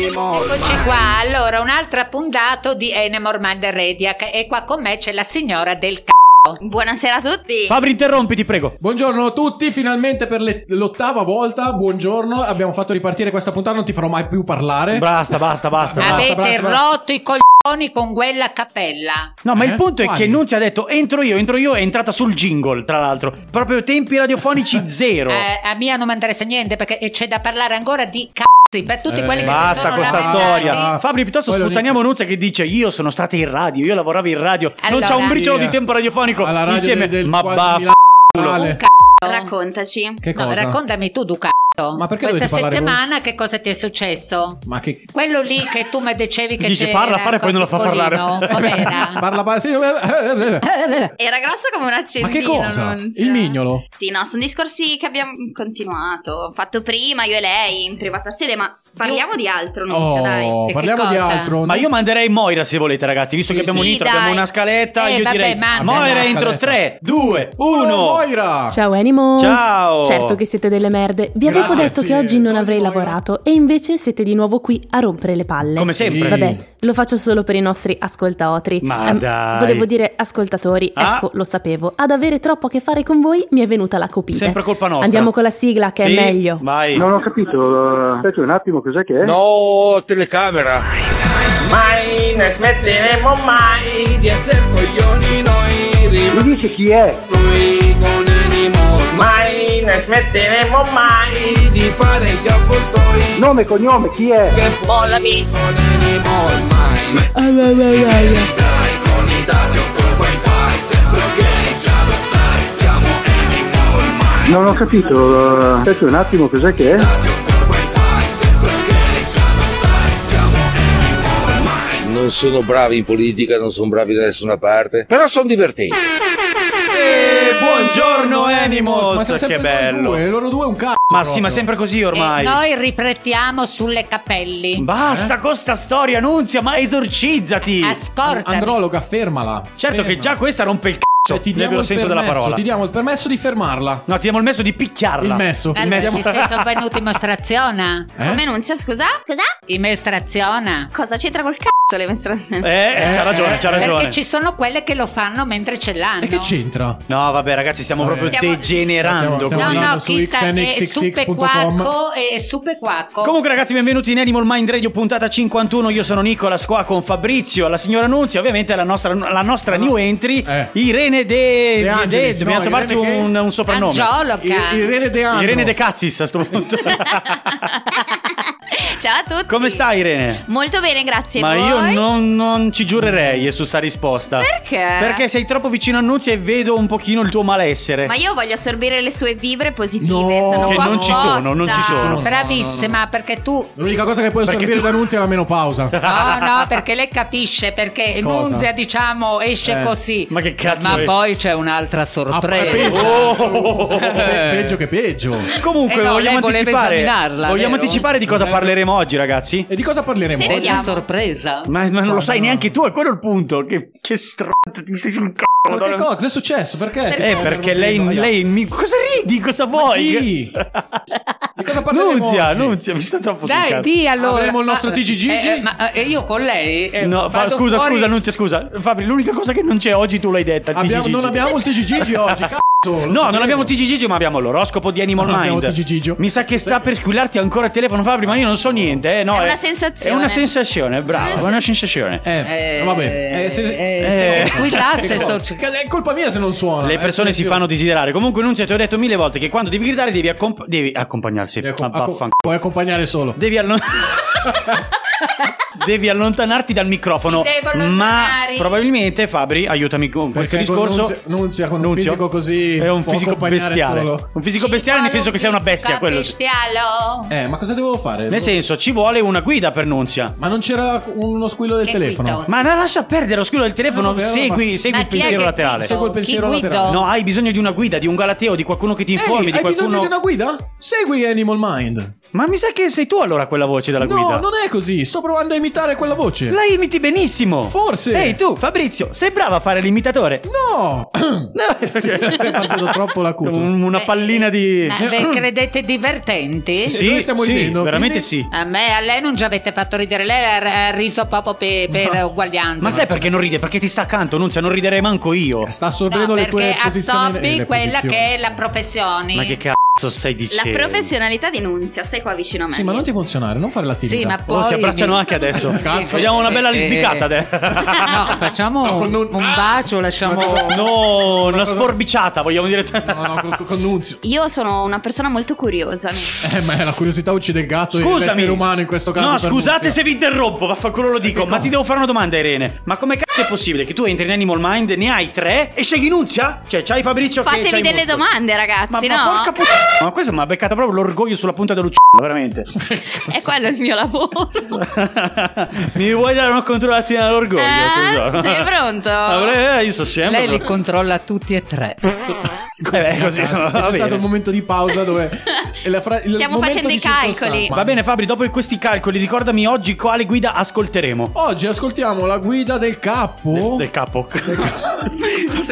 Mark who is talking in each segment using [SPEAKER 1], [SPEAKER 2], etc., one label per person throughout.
[SPEAKER 1] Eccoci qua, allora un'altra puntata di Enemor Mind Rediac e qua con me c'è la signora del c***o.
[SPEAKER 2] Buonasera a tutti.
[SPEAKER 3] Fabri, interrompi, ti prego.
[SPEAKER 4] Buongiorno a tutti, finalmente per le- l'ottava volta, buongiorno, abbiamo fatto ripartire questa puntata, non ti farò mai più parlare.
[SPEAKER 3] Basta, basta, basta.
[SPEAKER 4] Ah,
[SPEAKER 3] basta.
[SPEAKER 1] Avete
[SPEAKER 4] basta, basta.
[SPEAKER 1] rotto i coglioni con quella cappella.
[SPEAKER 3] No, ma
[SPEAKER 4] Eh?
[SPEAKER 3] il punto è
[SPEAKER 4] Quali?
[SPEAKER 3] che non ci ha detto entro io, entro io, è entrata sul jingle, tra l'altro. Proprio tempi radiofonici zero.
[SPEAKER 1] Eh, a mia non mi interessa niente perché c'è da parlare ancora di c***i per tutti
[SPEAKER 4] Eh,
[SPEAKER 1] quelli che si
[SPEAKER 3] Basta
[SPEAKER 1] sono
[SPEAKER 3] con sta
[SPEAKER 1] lamentati.
[SPEAKER 3] storia. Fabri, piuttosto
[SPEAKER 4] Poi lo
[SPEAKER 3] sputtaniamo Nunzia che dice: Io sono stata in radio, io lavoravo in radio. non
[SPEAKER 1] Allora.
[SPEAKER 3] c'ha un briciolo
[SPEAKER 4] Sì,
[SPEAKER 3] di tempo radiofonico.
[SPEAKER 4] alla radio
[SPEAKER 3] insieme.
[SPEAKER 4] del- del
[SPEAKER 3] ma
[SPEAKER 4] quad-
[SPEAKER 3] baff.
[SPEAKER 4] Milano
[SPEAKER 1] Un
[SPEAKER 4] Natale.
[SPEAKER 1] c***o.
[SPEAKER 2] Raccontaci.
[SPEAKER 4] Che
[SPEAKER 1] No,
[SPEAKER 4] cosa?
[SPEAKER 1] raccontami tu, Ducato.
[SPEAKER 4] Ma perché
[SPEAKER 1] Questa
[SPEAKER 4] dovete parlare
[SPEAKER 1] settimana che cosa ti è successo?
[SPEAKER 4] Ma che
[SPEAKER 1] Quello lì che tu mi dicevi che
[SPEAKER 3] Dice,
[SPEAKER 1] c'era
[SPEAKER 3] parla, parla e poi non la fa
[SPEAKER 1] Coccolino,
[SPEAKER 3] parlare.
[SPEAKER 1] Com'era?
[SPEAKER 4] parla pa- sì, eh, eh, eh, eh.
[SPEAKER 2] Era grosso come un
[SPEAKER 4] Ma
[SPEAKER 2] accendino.
[SPEAKER 4] che cosa?
[SPEAKER 2] Nunzia.
[SPEAKER 4] Il mignolo?
[SPEAKER 2] Sì, no, sono discorsi che abbiamo continuato. Fatto prima io e lei in privata sede, ma parliamo di altro, Nunzia, dai.
[SPEAKER 4] Oh,
[SPEAKER 1] che
[SPEAKER 4] parliamo di
[SPEAKER 1] cosa?
[SPEAKER 4] altro.
[SPEAKER 3] Ma io manderei Moira se volete, ragazzi, visto che abbiamo
[SPEAKER 2] Sì,
[SPEAKER 3] unito,
[SPEAKER 2] dai.
[SPEAKER 3] abbiamo una scaletta.
[SPEAKER 1] Eh,
[SPEAKER 3] io
[SPEAKER 1] vabbè,
[SPEAKER 3] direi:
[SPEAKER 1] manda
[SPEAKER 3] Moira
[SPEAKER 1] una
[SPEAKER 3] entro
[SPEAKER 4] scaletta.
[SPEAKER 3] 3, 2, 1.
[SPEAKER 4] Oh, Moira!
[SPEAKER 5] Ciao Animals!
[SPEAKER 3] Ah. Ciao!
[SPEAKER 5] Certo che siete delle merde. Vi avevo
[SPEAKER 4] Grazie.
[SPEAKER 5] detto che oggi non avrei lavorato e invece siete di nuovo qui a rompere le palle.
[SPEAKER 3] Come sempre.
[SPEAKER 5] Vabbè, lo faccio solo per i nostri ascoltatori. Ehm,
[SPEAKER 3] Ma dai.
[SPEAKER 5] Volevo dire ascoltatori,
[SPEAKER 3] Ah.
[SPEAKER 5] ecco, lo sapevo. Ad avere troppo a che fare con voi mi è venuta la copita.
[SPEAKER 3] Sempre colpa nostra.
[SPEAKER 5] Andiamo con la sigla che
[SPEAKER 3] Sì,
[SPEAKER 5] è meglio.
[SPEAKER 3] Vai.
[SPEAKER 6] Non ho capito, aspetta un attimo, cos'è che è?
[SPEAKER 7] No, telecamera.
[SPEAKER 8] Mai ne smetteremo mai di essere coglioni noi
[SPEAKER 6] Mi dice chi è?
[SPEAKER 8] rimanui con animo Mai ne smetteremo mai di fare gli avvoltoi
[SPEAKER 6] Nome e cognome, chi è? Ah,
[SPEAKER 8] Che bollami con animo mai Dai con i dati o col wifi Sempre ok, già lo sai Siamo animal mai
[SPEAKER 6] Non ho capito, aspetta un attimo, cos'è che
[SPEAKER 7] Eh?
[SPEAKER 6] è?
[SPEAKER 8] Dati o col wifi Sempre ok, già lo sai Siamo animal mai
[SPEAKER 7] Non sono bravi in politica, non sono bravi da nessuna parte, però sono divertenti.
[SPEAKER 3] Buongiorno, Animals.
[SPEAKER 4] Ma siamo
[SPEAKER 3] che
[SPEAKER 4] sempre noi
[SPEAKER 3] bello.
[SPEAKER 4] Due, loro due un cazzo.
[SPEAKER 3] Ma sì, ma
[SPEAKER 4] proprio.
[SPEAKER 3] sempre così
[SPEAKER 1] E
[SPEAKER 3] ormai.
[SPEAKER 1] Eh, noi riflettiamo sulle capelli.
[SPEAKER 3] Basta con sta storia, Nunzia, ma esorcizzati.
[SPEAKER 1] Ah, Ascolta.
[SPEAKER 4] Androloga, fermala.
[SPEAKER 3] certo
[SPEAKER 4] Ferma.
[SPEAKER 3] che già questa rompe il
[SPEAKER 4] Eh, Cioè,
[SPEAKER 3] cazzo,
[SPEAKER 4] ti
[SPEAKER 3] nel
[SPEAKER 4] diamo
[SPEAKER 3] vero
[SPEAKER 4] il
[SPEAKER 3] senso
[SPEAKER 4] permesso,
[SPEAKER 3] della parola.
[SPEAKER 4] Ti diamo il permesso di fermarla.
[SPEAKER 3] No, ti diamo il messo di picchiarla.
[SPEAKER 4] Il messo.
[SPEAKER 1] Allora,
[SPEAKER 3] messo.
[SPEAKER 1] ci sei sovvenuti in mostrazione?
[SPEAKER 4] Eh?
[SPEAKER 2] Come Nunzia, scusa? Cosa?
[SPEAKER 1] In mostrazione?
[SPEAKER 2] Cosa c'entra col cazzo le mestrazioni?
[SPEAKER 3] Eh,
[SPEAKER 4] Eh,
[SPEAKER 3] c'ha ragione, c'ha ragione.
[SPEAKER 1] Perché ci sono quelle che lo fanno mentre ce l'hanno.
[SPEAKER 4] E che c'entra?
[SPEAKER 3] No, vabbè, ragazzi, stiamo
[SPEAKER 4] Vabbè.
[SPEAKER 3] proprio
[SPEAKER 2] Stiamo-
[SPEAKER 3] degenerando.
[SPEAKER 4] Stiamo- stiamo-
[SPEAKER 1] No,
[SPEAKER 3] così.
[SPEAKER 1] no,
[SPEAKER 4] Andando su
[SPEAKER 1] chi sta è
[SPEAKER 4] xnxxx.com.
[SPEAKER 1] superquacco e superquacco.
[SPEAKER 3] Comunque, ragazzi, benvenuti in Animal Mind Radio, puntata 51. Io sono Nicolas, qua con Fabrizio, la signora Nunzia, ovviamente la nostra, la nostra new entry,
[SPEAKER 4] Eh.
[SPEAKER 3] Irene De.
[SPEAKER 4] De
[SPEAKER 3] De-
[SPEAKER 4] Angelis,
[SPEAKER 3] dobbiamo
[SPEAKER 4] no,
[SPEAKER 3] trovarti
[SPEAKER 4] Irene che-
[SPEAKER 3] un, un soprannome.
[SPEAKER 1] Angioloca.
[SPEAKER 4] I- Irene De Andro.
[SPEAKER 3] Irene De Cazzis a sto punto.
[SPEAKER 2] Ciao a tutti.
[SPEAKER 3] Come stai, Irene?
[SPEAKER 2] Molto bene, grazie.
[SPEAKER 3] Ma
[SPEAKER 2] E
[SPEAKER 3] io
[SPEAKER 2] voi?
[SPEAKER 3] non, non ci giurerei eh, su sta risposta.
[SPEAKER 2] Perché?
[SPEAKER 3] Perché sei troppo vicino a Nunzia e vedo un pochino il tuo malessere.
[SPEAKER 2] Ma io voglio assorbire le sue vibre positive.
[SPEAKER 4] No.
[SPEAKER 2] sono
[SPEAKER 4] Che
[SPEAKER 2] qua
[SPEAKER 4] non ci
[SPEAKER 2] apposta.
[SPEAKER 3] sono, non ci sono.
[SPEAKER 4] no,
[SPEAKER 1] Ah, Bravissima, perché tu...
[SPEAKER 4] L'unica cosa che puoi
[SPEAKER 3] Perché
[SPEAKER 4] assorbire
[SPEAKER 3] tu-
[SPEAKER 4] da Nunzia è la menopausa.
[SPEAKER 1] No, no, perché lei capisce, perché
[SPEAKER 4] Cosa?
[SPEAKER 1] Nunzia, diciamo, esce
[SPEAKER 4] Eh.
[SPEAKER 1] così.
[SPEAKER 3] Ma che cazzo
[SPEAKER 1] Ma
[SPEAKER 3] è?
[SPEAKER 1] poi c'è un'altra
[SPEAKER 4] Ah, è
[SPEAKER 1] sorpresa.
[SPEAKER 4] peggio.
[SPEAKER 3] Oh!
[SPEAKER 4] Pe- peggio che peggio.
[SPEAKER 3] Comunque,
[SPEAKER 1] Eh no, lei
[SPEAKER 3] vogliamo
[SPEAKER 1] voleva
[SPEAKER 3] anticipare.
[SPEAKER 1] esaminarla,
[SPEAKER 3] Vogliamo
[SPEAKER 1] vero?
[SPEAKER 3] anticipare di cosa parleremo oggi, ragazzi?
[SPEAKER 4] E di cosa parleremo?
[SPEAKER 2] Sì,
[SPEAKER 1] È
[SPEAKER 4] oggi?
[SPEAKER 1] una
[SPEAKER 2] Vediamo.
[SPEAKER 1] sorpresa.
[SPEAKER 3] Ma, ma non lo sai
[SPEAKER 4] no.
[SPEAKER 3] neanche tu, è quello il punto. Che, che str- ti sei sul c***o,
[SPEAKER 4] Ma che
[SPEAKER 3] madonna.
[SPEAKER 4] cosa? Cos'è successo? Perché?
[SPEAKER 3] Eh, perché lei, lei mi... Cosa ridi? Cosa vuoi?
[SPEAKER 4] Chi? Di cosa parleremo
[SPEAKER 3] Nunzia,
[SPEAKER 4] oggi?
[SPEAKER 3] Nunzia, mi sta troppo sul
[SPEAKER 1] Dai,
[SPEAKER 3] cazzo.
[SPEAKER 1] di allora.
[SPEAKER 4] Avremo il nostro
[SPEAKER 1] Ah,
[SPEAKER 4] TGG?
[SPEAKER 1] eh, eh, ma eh, io con lei. eh,
[SPEAKER 3] No, fa-
[SPEAKER 1] vado
[SPEAKER 3] scusa,
[SPEAKER 1] fuori-
[SPEAKER 3] scusa, Nunzia, scusa. Fabri, l'unica cosa che non c'è oggi tu l'hai detta. il
[SPEAKER 4] Abbiamo-
[SPEAKER 3] TGG.
[SPEAKER 4] non abbiamo il TGG oggi, cazzo. lo
[SPEAKER 3] No, non
[SPEAKER 4] sapevo.
[SPEAKER 3] abbiamo TGG, ma abbiamo l'oroscopo di Animal
[SPEAKER 4] Non
[SPEAKER 3] Mind.
[SPEAKER 4] abbiamo TGG.
[SPEAKER 3] Mi sa che sta per squillarti ancora il telefono, Fabri, ma io non so niente. eh, no,
[SPEAKER 2] È una sensazione.
[SPEAKER 3] È una sensazione, bravo, è una sensazione.
[SPEAKER 4] Eh,
[SPEAKER 1] Eh,
[SPEAKER 4] vabbè. Eh, se-
[SPEAKER 1] eh,
[SPEAKER 3] eh,
[SPEAKER 1] se squillasse
[SPEAKER 4] Che
[SPEAKER 1] sto
[SPEAKER 4] cosa? Che- È colpa mia se non suona.
[SPEAKER 3] Le
[SPEAKER 4] eh,
[SPEAKER 3] persone si
[SPEAKER 4] attenzione.
[SPEAKER 3] fanno desiderare. Comunque, Nunzia, ti ho detto mille volte che quando devi gridare devi, accomp- devi accompagnarsi.
[SPEAKER 4] Devi accom-
[SPEAKER 3] Ma
[SPEAKER 4] acco-
[SPEAKER 3] vaffanculo.
[SPEAKER 4] puoi accompagnare solo.
[SPEAKER 3] Devi allontanarti. devi allontanarti dal microfono.
[SPEAKER 1] Mi devo
[SPEAKER 3] ma
[SPEAKER 1] allontanare.
[SPEAKER 3] probabilmente Fabri, aiutami con questo
[SPEAKER 4] Perché con
[SPEAKER 3] discorso.
[SPEAKER 4] Nunzio- Nunzia con un
[SPEAKER 3] Nunzio?
[SPEAKER 4] fisico così
[SPEAKER 3] è un
[SPEAKER 4] può
[SPEAKER 3] fisico
[SPEAKER 4] accompagnare
[SPEAKER 3] bestiale.
[SPEAKER 4] solo.
[SPEAKER 3] Un fisico bestiale nel senso che sei una bestia, quello. sì.
[SPEAKER 1] Bestialo.
[SPEAKER 4] Eh, ma cosa devo fare?
[SPEAKER 3] Nel senso, ci vuole una guida per Nunzia.
[SPEAKER 4] Ma non c'era uno squillo del
[SPEAKER 1] Che
[SPEAKER 4] telefono?
[SPEAKER 1] guido?
[SPEAKER 3] Ma la lascia perdere lo squillo del telefono,
[SPEAKER 4] No, vabbè, allora
[SPEAKER 3] segui,
[SPEAKER 4] basta.
[SPEAKER 3] segui
[SPEAKER 1] Ma
[SPEAKER 3] il
[SPEAKER 1] chi è
[SPEAKER 3] pensiero
[SPEAKER 1] che
[SPEAKER 3] laterale.
[SPEAKER 1] guido?
[SPEAKER 4] Segui il pensiero
[SPEAKER 1] Chi guido?
[SPEAKER 4] laterale.
[SPEAKER 3] No, hai bisogno di una guida, di un galateo, di qualcuno che ti
[SPEAKER 4] Ehi,
[SPEAKER 3] informi, di
[SPEAKER 4] hai
[SPEAKER 3] qualcuno.
[SPEAKER 4] bisogno di una guida? Segui Animal Mind.
[SPEAKER 3] Ma mi sa che sei tu allora quella voce della
[SPEAKER 4] no,
[SPEAKER 3] guida.
[SPEAKER 4] non è così. Sto provando a imitare quella voce.
[SPEAKER 3] La imiti benissimo.
[SPEAKER 4] Forse.
[SPEAKER 3] Ehi tu, Fabrizio, sei brava a fare l'imitatore.
[SPEAKER 4] No! È partito troppo l'acuto.
[SPEAKER 3] Un- una pallina di.
[SPEAKER 1] eh, Ma ve credete divertenti?
[SPEAKER 4] Sì, Eh, noi stiamo
[SPEAKER 3] sì,
[SPEAKER 4] ridendo,
[SPEAKER 3] veramente
[SPEAKER 4] quindi-
[SPEAKER 3] sì.
[SPEAKER 1] A me, a lei non ci avete fatto ridere, lei ha ha riso proprio pe- per uguaglianza.
[SPEAKER 3] Ma sai perché non ride? Perché ti sta accanto, Nunzia, non riderei manco io.
[SPEAKER 4] Sta
[SPEAKER 1] No,
[SPEAKER 4] assorbendo le tue
[SPEAKER 1] perché
[SPEAKER 4] posizioni. eh,
[SPEAKER 1] assorbi
[SPEAKER 4] le
[SPEAKER 1] quella
[SPEAKER 4] posizioni.
[SPEAKER 1] che è la professione.
[SPEAKER 3] Ma che cazzo stai
[SPEAKER 2] La
[SPEAKER 3] dicendo?
[SPEAKER 2] professionalità di Nunzia, stai qua vicino a me.
[SPEAKER 4] Sì, ma non ti funzionare, non fare l'attività.
[SPEAKER 1] Sì, ma poi...
[SPEAKER 3] Oh, si abbracciano anche adesso.
[SPEAKER 1] Sì,
[SPEAKER 3] Vogliamo una bella
[SPEAKER 9] eh,
[SPEAKER 3] lisbicata
[SPEAKER 9] eh,
[SPEAKER 3] adesso.
[SPEAKER 9] No, facciamo
[SPEAKER 4] No, con
[SPEAKER 9] un,
[SPEAKER 4] un-
[SPEAKER 9] un bacio, lasciamo.
[SPEAKER 3] No, una
[SPEAKER 4] cosa-
[SPEAKER 3] sforbiciata, vogliamo dire.
[SPEAKER 4] No, no, con, con Nunzio.
[SPEAKER 2] Io sono una persona molto curiosa.
[SPEAKER 4] Eh, ma la curiosità uccide il gatto e
[SPEAKER 3] Scusami.
[SPEAKER 4] l'essere umano in questo caso.
[SPEAKER 3] No,
[SPEAKER 4] per Eh,
[SPEAKER 3] scusate
[SPEAKER 4] Nunzio.
[SPEAKER 3] se vi interrompo, vaffanculo lo dico. Ma ti devo fare una domanda, Irene. Ma come cazzo è possibile che tu entri in Animal Mind, ne hai tre e scegli Nunzia? Cioè, c'hai Fabrizio che
[SPEAKER 2] Fatevi
[SPEAKER 3] c'hai
[SPEAKER 2] delle
[SPEAKER 3] Mosco.
[SPEAKER 2] domande, ragazzi,
[SPEAKER 3] ma,
[SPEAKER 2] no?
[SPEAKER 3] ma porca puttana, ma questa mi ha beccato proprio l'orgoglio sulla punta dell'uccello, veramente.
[SPEAKER 2] È quello il mio lavoro.
[SPEAKER 3] Mi vuoi dare una controllatina all'orgoglio,
[SPEAKER 2] Eh,
[SPEAKER 3] tesoro?
[SPEAKER 2] sei pronto?
[SPEAKER 3] esatto. Avrei- eh, io so sempre.
[SPEAKER 9] Lei li controlla tutti e tre.
[SPEAKER 3] Eh, beh, così, va
[SPEAKER 4] C'è
[SPEAKER 3] bene.
[SPEAKER 4] stato un momento di pausa dove. e la fra- il
[SPEAKER 2] Stiamo
[SPEAKER 4] momento
[SPEAKER 2] facendo
[SPEAKER 4] di
[SPEAKER 2] i calcoli.
[SPEAKER 4] circostanza.
[SPEAKER 3] Va bene Fabri, dopo questi calcoli ricordami oggi quale guida ascolteremo.
[SPEAKER 4] Oggi ascoltiamo la guida del capo
[SPEAKER 3] Del capo.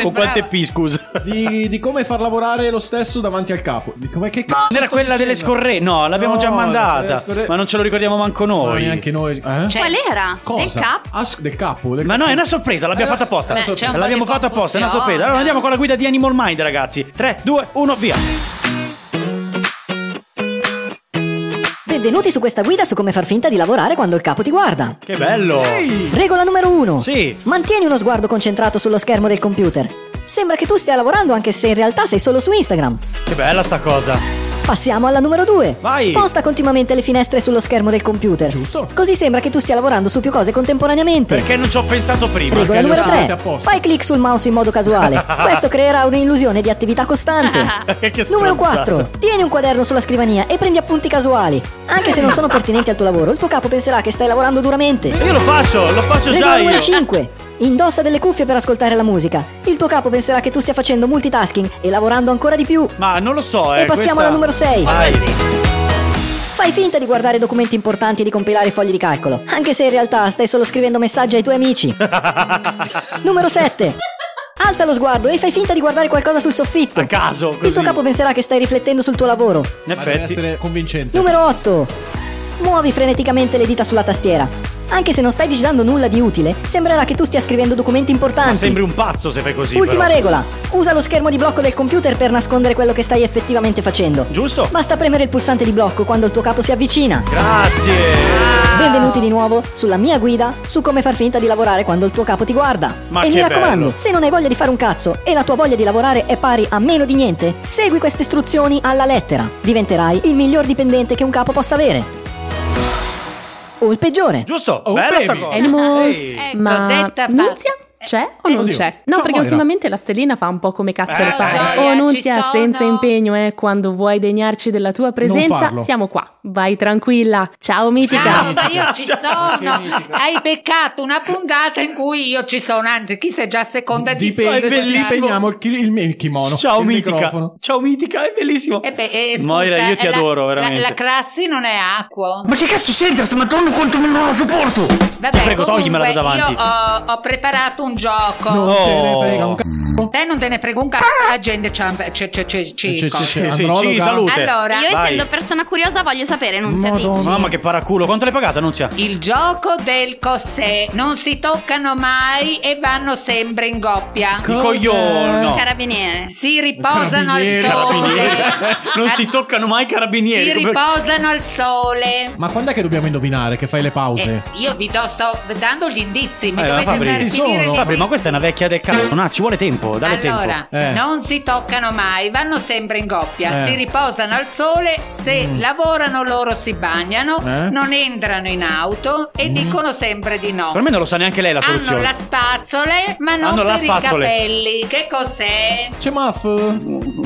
[SPEAKER 3] Con quante P, scusa?
[SPEAKER 4] di, di come far lavorare lo stesso davanti al capo. Di come che cazzo?
[SPEAKER 3] Era
[SPEAKER 4] sto
[SPEAKER 3] quella delle
[SPEAKER 4] dicendo?
[SPEAKER 3] scorre. No, l'abbiamo
[SPEAKER 4] No,
[SPEAKER 3] già
[SPEAKER 4] delle
[SPEAKER 3] mandata.
[SPEAKER 4] scorre-
[SPEAKER 3] Ma non ce lo ricordiamo manco
[SPEAKER 4] No,
[SPEAKER 3] noi. Cioè,
[SPEAKER 4] neanche noi. Eh?
[SPEAKER 2] Cioè, Qual era? Del
[SPEAKER 4] Cosa?
[SPEAKER 2] capo?
[SPEAKER 4] As- del capo. del
[SPEAKER 3] Ma no,
[SPEAKER 4] capo.
[SPEAKER 3] è una sorpresa, l'abbiamo
[SPEAKER 4] Eh,
[SPEAKER 3] fatta apposta.
[SPEAKER 4] beh, c'è un po'
[SPEAKER 3] l'abbiamo
[SPEAKER 1] di
[SPEAKER 3] fatta apposta, è
[SPEAKER 1] confusione.
[SPEAKER 3] una sorpresa. Allora andiamo con la guida di Animal Mind, ragazzi. 3, 2, 1, via.
[SPEAKER 10] Benvenuti su questa guida su come far finta di lavorare quando il capo ti guarda.
[SPEAKER 3] Che bello!
[SPEAKER 10] Regola numero 1.
[SPEAKER 3] Sì.
[SPEAKER 10] Mantieni uno sguardo concentrato sullo schermo del computer. Sembra che tu stia lavorando anche se in realtà sei solo su Instagram.
[SPEAKER 3] Che bella sta cosa.
[SPEAKER 10] Passiamo alla numero 2.
[SPEAKER 3] Vai.
[SPEAKER 10] Sposta continuamente le finestre sullo schermo del computer.
[SPEAKER 4] Giusto.
[SPEAKER 10] Così sembra che tu stia lavorando su più cose contemporaneamente.
[SPEAKER 3] Perché non ci ho pensato prima?
[SPEAKER 10] Regola
[SPEAKER 4] Perché
[SPEAKER 10] numero
[SPEAKER 4] lo fate
[SPEAKER 10] 3.
[SPEAKER 4] apposta.
[SPEAKER 10] Fai clic sul mouse in modo casuale. Questo creerà un'illusione di attività costante.
[SPEAKER 3] Che
[SPEAKER 10] Numero
[SPEAKER 3] stronzata.
[SPEAKER 10] 4. Tieni un quaderno sulla scrivania e prendi appunti casuali. Anche se non sono pertinenti al tuo lavoro, il tuo capo penserà che stai lavorando duramente.
[SPEAKER 3] Io lo faccio, lo faccio
[SPEAKER 10] Regola
[SPEAKER 3] Eh, già
[SPEAKER 10] numero
[SPEAKER 3] io.
[SPEAKER 10] 5. Indossa delle cuffie per ascoltare la musica. Il tuo capo penserà che tu stia facendo multitasking e lavorando ancora di più.
[SPEAKER 3] Ma non lo so, eh.
[SPEAKER 10] e
[SPEAKER 3] questa-
[SPEAKER 10] passiamo alla numero 6.
[SPEAKER 3] Vai.
[SPEAKER 10] Fai finta di guardare documenti importanti e di compilare fogli di calcolo, anche se in realtà stai solo scrivendo messaggi ai tuoi amici. Numero 7. Alza lo sguardo e fai finta di guardare qualcosa sul soffitto.
[SPEAKER 3] A caso, così.
[SPEAKER 10] Il tuo capo penserà che stai riflettendo sul tuo lavoro.
[SPEAKER 3] In
[SPEAKER 4] Ma deve
[SPEAKER 3] effetti.
[SPEAKER 4] essere convincente.
[SPEAKER 10] Numero 8. Muovi freneticamente le dita sulla tastiera. Anche se non stai digitando nulla di utile, sembrerà che tu stia scrivendo documenti
[SPEAKER 3] Ma
[SPEAKER 10] importanti.
[SPEAKER 3] sembri un pazzo se fai così.
[SPEAKER 10] Ultima
[SPEAKER 3] però.
[SPEAKER 10] regola. Usa lo schermo di blocco del computer per nascondere quello che stai effettivamente facendo.
[SPEAKER 3] Giusto?
[SPEAKER 10] Basta premere il pulsante di blocco quando il tuo capo si avvicina.
[SPEAKER 3] Grazie.
[SPEAKER 10] Benvenuti di nuovo sulla mia guida su come far finta di lavorare quando il tuo capo ti guarda.
[SPEAKER 3] Ma
[SPEAKER 10] e
[SPEAKER 3] che
[SPEAKER 10] mi raccomando,
[SPEAKER 3] bello.
[SPEAKER 10] se non hai voglia di fare un cazzo e la tua voglia di lavorare è pari a meno di niente, segui queste istruzioni alla lettera. Diventerai il miglior dipendente che un capo possa avere. O il peggiore.
[SPEAKER 3] Giusto?
[SPEAKER 4] Oh,
[SPEAKER 3] bella sta
[SPEAKER 4] baby.
[SPEAKER 3] cosa.
[SPEAKER 5] Animals,
[SPEAKER 3] Ehi.
[SPEAKER 1] Ecco,
[SPEAKER 5] ma
[SPEAKER 1] detta fatta.
[SPEAKER 5] Nunzia c'è o non
[SPEAKER 4] Oddio,
[SPEAKER 5] c'è?
[SPEAKER 4] ciao,
[SPEAKER 5] No, perché
[SPEAKER 4] Moira.
[SPEAKER 5] ultimamente la stellina fa un po' come cazzo le
[SPEAKER 3] Eh,
[SPEAKER 5] pare.
[SPEAKER 1] gioia,
[SPEAKER 5] oh
[SPEAKER 1] ci
[SPEAKER 5] Nunzia,
[SPEAKER 1] sono.
[SPEAKER 5] senza impegno, eh, quando vuoi degnarci della tua presenza,
[SPEAKER 4] farlo.
[SPEAKER 5] siamo qua. Vai tranquilla. Ciao mitica.
[SPEAKER 1] Ciao, ma io ci sono. Hai beccato una puntata in cui io ci sono, anzi, chi sei già seconda di
[SPEAKER 3] Dipende
[SPEAKER 4] Dipende
[SPEAKER 3] è
[SPEAKER 4] se ti
[SPEAKER 3] bellissimo.
[SPEAKER 4] spegniamo il, chi- il, il kimono.
[SPEAKER 3] Ciao
[SPEAKER 4] il
[SPEAKER 3] mitica.
[SPEAKER 4] microfono.
[SPEAKER 3] Ciao mitica, è bellissimo.
[SPEAKER 1] E beh, eh, scusa,
[SPEAKER 3] Moira, io ti
[SPEAKER 1] eh, la-
[SPEAKER 3] adoro
[SPEAKER 1] la-
[SPEAKER 3] veramente.
[SPEAKER 1] La, crassi non è acqua.
[SPEAKER 9] Ma che cazzo c'entra sta madonna quanto me non la sopporto?
[SPEAKER 1] Vabbè,
[SPEAKER 3] prego,
[SPEAKER 1] comunque,
[SPEAKER 3] toglimela da davanti.
[SPEAKER 1] io ho, ho preparato un gioco.
[SPEAKER 4] Non
[SPEAKER 3] Oh.
[SPEAKER 4] ce ne frega un c***o.
[SPEAKER 1] Te non te ne frega un cazzo, la gente c'ha c'è, c'è, c'è,
[SPEAKER 4] C'è- c'è-
[SPEAKER 3] Sì, sì,
[SPEAKER 4] Cioè, Androloga.
[SPEAKER 3] ci salute.
[SPEAKER 1] Allora,
[SPEAKER 2] Io
[SPEAKER 3] Vai.
[SPEAKER 2] essendo persona curiosa voglio sapere, Nunzia,
[SPEAKER 4] Madonna.
[SPEAKER 2] dici.
[SPEAKER 3] Mamma che paraculo, quanto l'hai pagata Nunzia?
[SPEAKER 1] il gioco del cos'è. Non si toccano mai e vanno sempre in coppia.
[SPEAKER 3] Il
[SPEAKER 4] Cosa?
[SPEAKER 3] coglione. no.
[SPEAKER 2] Carabiniere.
[SPEAKER 1] Si riposano al
[SPEAKER 4] Carabinieri,
[SPEAKER 1] sole.
[SPEAKER 3] Non si toccano mai i carabinieri.
[SPEAKER 1] Si
[SPEAKER 3] come-
[SPEAKER 1] riposano al sole.
[SPEAKER 4] Ma quando è che dobbiamo indovinare? Che fai le pause?
[SPEAKER 1] Eh, io vi do, sto dando gli indizi, mi
[SPEAKER 3] Eh,
[SPEAKER 1] dovete
[SPEAKER 3] Fabri,
[SPEAKER 1] andare a
[SPEAKER 3] ci
[SPEAKER 1] finire
[SPEAKER 4] sono.
[SPEAKER 1] lì.
[SPEAKER 3] Fabri, ma questa è una vecchia del cazzo. No, ci vuole tempo. tempo, dalle
[SPEAKER 1] allora,
[SPEAKER 3] tempo. Eh.
[SPEAKER 1] non si toccano mai, vanno sempre in coppia,
[SPEAKER 3] Eh. Mm.
[SPEAKER 1] si riposano al sole, se lavorano loro si bagnano,
[SPEAKER 3] Eh. Mm.
[SPEAKER 1] non entrano in auto e dicono sempre di no.
[SPEAKER 3] Per me non lo sa neanche lei la
[SPEAKER 1] Hanno
[SPEAKER 3] soluzione.
[SPEAKER 1] Ah, la spazzole, ma non
[SPEAKER 3] Hanno la
[SPEAKER 1] per i
[SPEAKER 3] spazzole.
[SPEAKER 1] capelli. Che cos'è?
[SPEAKER 4] C'è Maff?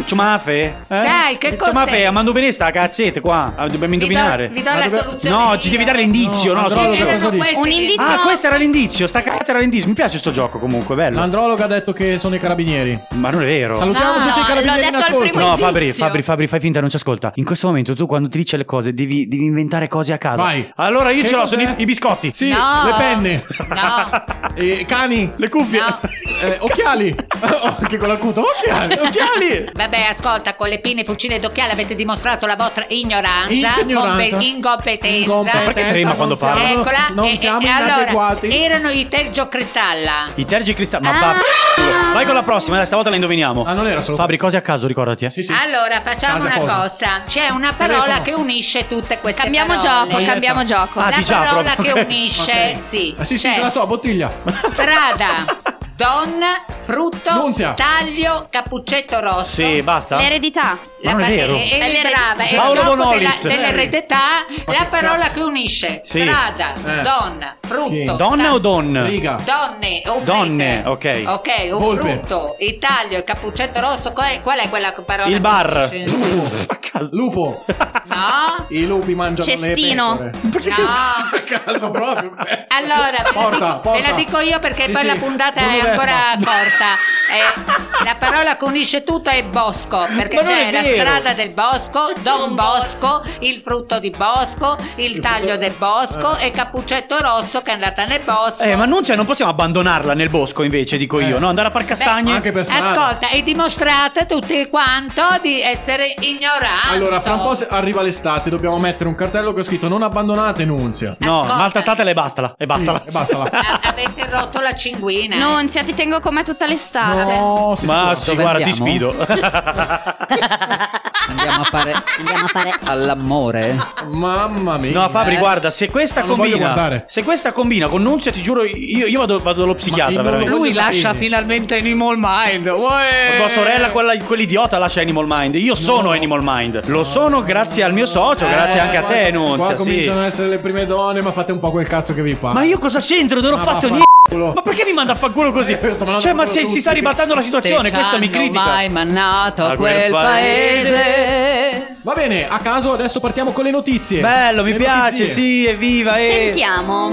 [SPEAKER 3] C'è Mafe?
[SPEAKER 1] Dai, che cos'è?
[SPEAKER 3] Mafe, ma bene sta cazzetta qua? Ah, Dobbiamo indovinare.
[SPEAKER 1] vi do la Ma dove- soluzione
[SPEAKER 3] No,
[SPEAKER 1] io.
[SPEAKER 3] ci devi dare l'indizio, no?
[SPEAKER 4] No,
[SPEAKER 3] la
[SPEAKER 4] andrò-
[SPEAKER 3] soluzione.
[SPEAKER 4] cosa dici?
[SPEAKER 2] Un indizio.
[SPEAKER 3] Ah, questo era l'indizio, sta cagata era l'indizio. Mi piace sto gioco comunque, bello.
[SPEAKER 4] L'andrologo ha detto che sono i carabinieri.
[SPEAKER 3] Ma non è vero.
[SPEAKER 4] Salutiamo
[SPEAKER 2] No,
[SPEAKER 4] tutti i
[SPEAKER 2] no,
[SPEAKER 4] carabinieri
[SPEAKER 2] l'ho
[SPEAKER 4] in
[SPEAKER 2] detto al
[SPEAKER 4] ascolto.
[SPEAKER 2] primo
[SPEAKER 3] No,
[SPEAKER 2] indizio.
[SPEAKER 3] Fabri, Fabri, Fabri, fai finta, non ci ascolta. In questo momento tu quando ti dice le cose devi, devi inventare cose a caso.
[SPEAKER 4] Vai.
[SPEAKER 3] Allora io
[SPEAKER 4] Che
[SPEAKER 3] ce l'ho,
[SPEAKER 4] cos'è?
[SPEAKER 3] sono i, i biscotti.
[SPEAKER 4] Sì,
[SPEAKER 1] No.
[SPEAKER 4] le penne,
[SPEAKER 1] No,
[SPEAKER 4] i cani,
[SPEAKER 3] Le cuffie.
[SPEAKER 1] no.
[SPEAKER 4] eh, occhiali. Anche con l'acuto, occhiali.
[SPEAKER 3] Occhiali.
[SPEAKER 1] Vabbè, ascolta, con le pinne, fucile ed occhiali avete dimostrato la vostra ignoranza,
[SPEAKER 4] Ignoranza.
[SPEAKER 1] compe- incompetenza.
[SPEAKER 4] Incompetenza,
[SPEAKER 3] perché trema
[SPEAKER 4] non
[SPEAKER 3] quando
[SPEAKER 4] siamo-
[SPEAKER 3] parla?
[SPEAKER 1] Eccola,
[SPEAKER 4] Non
[SPEAKER 1] e- e-
[SPEAKER 4] siamo
[SPEAKER 1] allora,
[SPEAKER 4] inadeguati.
[SPEAKER 1] erano i Tergio Cristalla.
[SPEAKER 3] I tergi cristalli. Ma va. Vai con la prossima, dai, stavolta la indoviniamo.
[SPEAKER 4] Ah, non era solo
[SPEAKER 3] Fabri, cose a caso, ricordati. Eh.
[SPEAKER 4] Sì, sì.
[SPEAKER 1] Allora, facciamo
[SPEAKER 4] Cosa,
[SPEAKER 1] una
[SPEAKER 4] cosa?
[SPEAKER 1] cosa. C'è una parola
[SPEAKER 4] Telefono.
[SPEAKER 1] che unisce tutte queste
[SPEAKER 2] Cambiamo
[SPEAKER 1] parole.
[SPEAKER 2] gioco, cambiamo gioco.
[SPEAKER 3] Ah,
[SPEAKER 1] La
[SPEAKER 3] di già,
[SPEAKER 1] parola
[SPEAKER 3] proprio.
[SPEAKER 1] che unisce,
[SPEAKER 4] Ok.
[SPEAKER 1] sì,
[SPEAKER 4] Ah, sì, sì,
[SPEAKER 1] c'è
[SPEAKER 4] ce la so, bottiglia.
[SPEAKER 1] strada, donna, frutto,
[SPEAKER 4] Nunzia.
[SPEAKER 1] taglio, cappuccetto rosso.
[SPEAKER 3] Sì, basta.
[SPEAKER 2] L'eredità.
[SPEAKER 3] Ma non è vero.
[SPEAKER 1] E, e-
[SPEAKER 2] Delle-
[SPEAKER 1] brava, è
[SPEAKER 3] Paolo
[SPEAKER 1] il gioco della,
[SPEAKER 3] Bonolis.
[SPEAKER 1] dell'eredità,
[SPEAKER 4] Ma
[SPEAKER 1] la
[SPEAKER 4] che
[SPEAKER 1] parola
[SPEAKER 4] cazzo.
[SPEAKER 1] che unisce
[SPEAKER 3] Sì.
[SPEAKER 1] strada,
[SPEAKER 4] Eh.
[SPEAKER 1] donna, frutto,
[SPEAKER 4] Sì.
[SPEAKER 3] Donna o
[SPEAKER 1] ta-
[SPEAKER 3] don?
[SPEAKER 4] Riga.
[SPEAKER 1] Donne, o
[SPEAKER 3] Donne,
[SPEAKER 1] prete.
[SPEAKER 3] ok.
[SPEAKER 1] Ok, un
[SPEAKER 4] Volpe.
[SPEAKER 1] frutto, Italia, il cappuccetto rosso, qual è, qual è quella parola?
[SPEAKER 3] Il
[SPEAKER 1] che
[SPEAKER 3] bar.
[SPEAKER 1] unisce?
[SPEAKER 3] A caso.
[SPEAKER 4] Lupo.
[SPEAKER 1] No?
[SPEAKER 4] I lupi mangiano
[SPEAKER 2] Cestino.
[SPEAKER 4] le pecore.
[SPEAKER 1] No.
[SPEAKER 4] A caso proprio. eh.
[SPEAKER 1] Allora, ve la
[SPEAKER 4] Porta,
[SPEAKER 1] dico-
[SPEAKER 4] porta.
[SPEAKER 1] ve la dico io perché
[SPEAKER 4] Sì,
[SPEAKER 1] poi
[SPEAKER 4] sì,
[SPEAKER 1] la puntata
[SPEAKER 4] Bruno
[SPEAKER 1] è ancora
[SPEAKER 4] Vespa.
[SPEAKER 1] corta. Eh, la parola che unisce tutto è bosco, perché
[SPEAKER 3] Ma non
[SPEAKER 1] c'è
[SPEAKER 3] è
[SPEAKER 1] la
[SPEAKER 3] vero.
[SPEAKER 1] strada del bosco, Don Bosco, il frutto di bosco, il taglio del bosco e Cappuccetto Rosso che è andata nel bosco.
[SPEAKER 3] Eh, ma non, cioè, non possiamo abbandonarla nel bosco invece, dico
[SPEAKER 4] Eh.
[SPEAKER 3] io, no? Andare a far castagne.
[SPEAKER 4] anche per strada.
[SPEAKER 1] Ascolta, e dimostrate tutti quanto di essere ignoranti.
[SPEAKER 4] Allora, fra un po' se- arriva l'estate, dobbiamo mettere un cartello che ho scritto non abbandonate Nunzia.
[SPEAKER 3] No,
[SPEAKER 1] Ascolta.
[SPEAKER 3] maltrattatela e bastala. E bastala.
[SPEAKER 4] Sì, e bastala.
[SPEAKER 1] A- avete rotto la cinguina.
[SPEAKER 2] Nunzia, ti tengo con me tutta
[SPEAKER 1] ah,
[SPEAKER 2] l'estate.
[SPEAKER 4] No, sei sicura?
[SPEAKER 3] Ma sì,
[SPEAKER 9] Dove
[SPEAKER 3] guarda, ti
[SPEAKER 9] andiamo?
[SPEAKER 3] sfido.
[SPEAKER 9] Andiamo a fare.
[SPEAKER 10] Andiamo a fare-
[SPEAKER 9] All'amore.
[SPEAKER 4] Mamma mia.
[SPEAKER 3] No, Fabri,
[SPEAKER 9] Eh.
[SPEAKER 3] guarda, se questa
[SPEAKER 4] Ma non voglio
[SPEAKER 3] combina.
[SPEAKER 4] guardare.
[SPEAKER 3] Se questa combina con Nunzia, ti giuro, io, io vado, vado dallo psichiatra,
[SPEAKER 4] io non lo
[SPEAKER 3] veramente.
[SPEAKER 4] voglio-
[SPEAKER 9] Lui
[SPEAKER 4] Voglio
[SPEAKER 9] lascia
[SPEAKER 4] sapere.
[SPEAKER 9] finalmente Animal Mind. Uè!
[SPEAKER 4] Eh!
[SPEAKER 3] Tua sorella, quella, quell'idiota, lascia Animal Mind. Io sono Animal Mind. Lo sono grazie al mio socio, grazie anche a te,
[SPEAKER 4] Eh, Qua
[SPEAKER 3] Nunzia. Sì.
[SPEAKER 4] cominciano ad essere le prime donne, ma fate un po' quel cazzo che vi pare.
[SPEAKER 3] Ma io cosa c'entro? Non ho
[SPEAKER 4] Ma
[SPEAKER 3] fatto
[SPEAKER 4] vaffanculo.
[SPEAKER 3] niente. Ma perché mi manda a far culo così?
[SPEAKER 4] Eh, questo me l'hanno
[SPEAKER 3] Cioè, ma
[SPEAKER 4] fatto
[SPEAKER 3] se si
[SPEAKER 4] tutti.
[SPEAKER 3] sta ribaltando la situazione,
[SPEAKER 9] Te
[SPEAKER 3] questa mi
[SPEAKER 9] c'hanno
[SPEAKER 3] critica.
[SPEAKER 9] mai mannato
[SPEAKER 3] A
[SPEAKER 9] a
[SPEAKER 3] quel
[SPEAKER 9] quel
[SPEAKER 3] paese.
[SPEAKER 9] paese.
[SPEAKER 4] Va bene, a caso adesso partiamo con le notizie.
[SPEAKER 3] Bello, mi
[SPEAKER 4] Le
[SPEAKER 3] piace,
[SPEAKER 4] notizie.
[SPEAKER 3] sì, evviva. eh.
[SPEAKER 2] Sentiamo.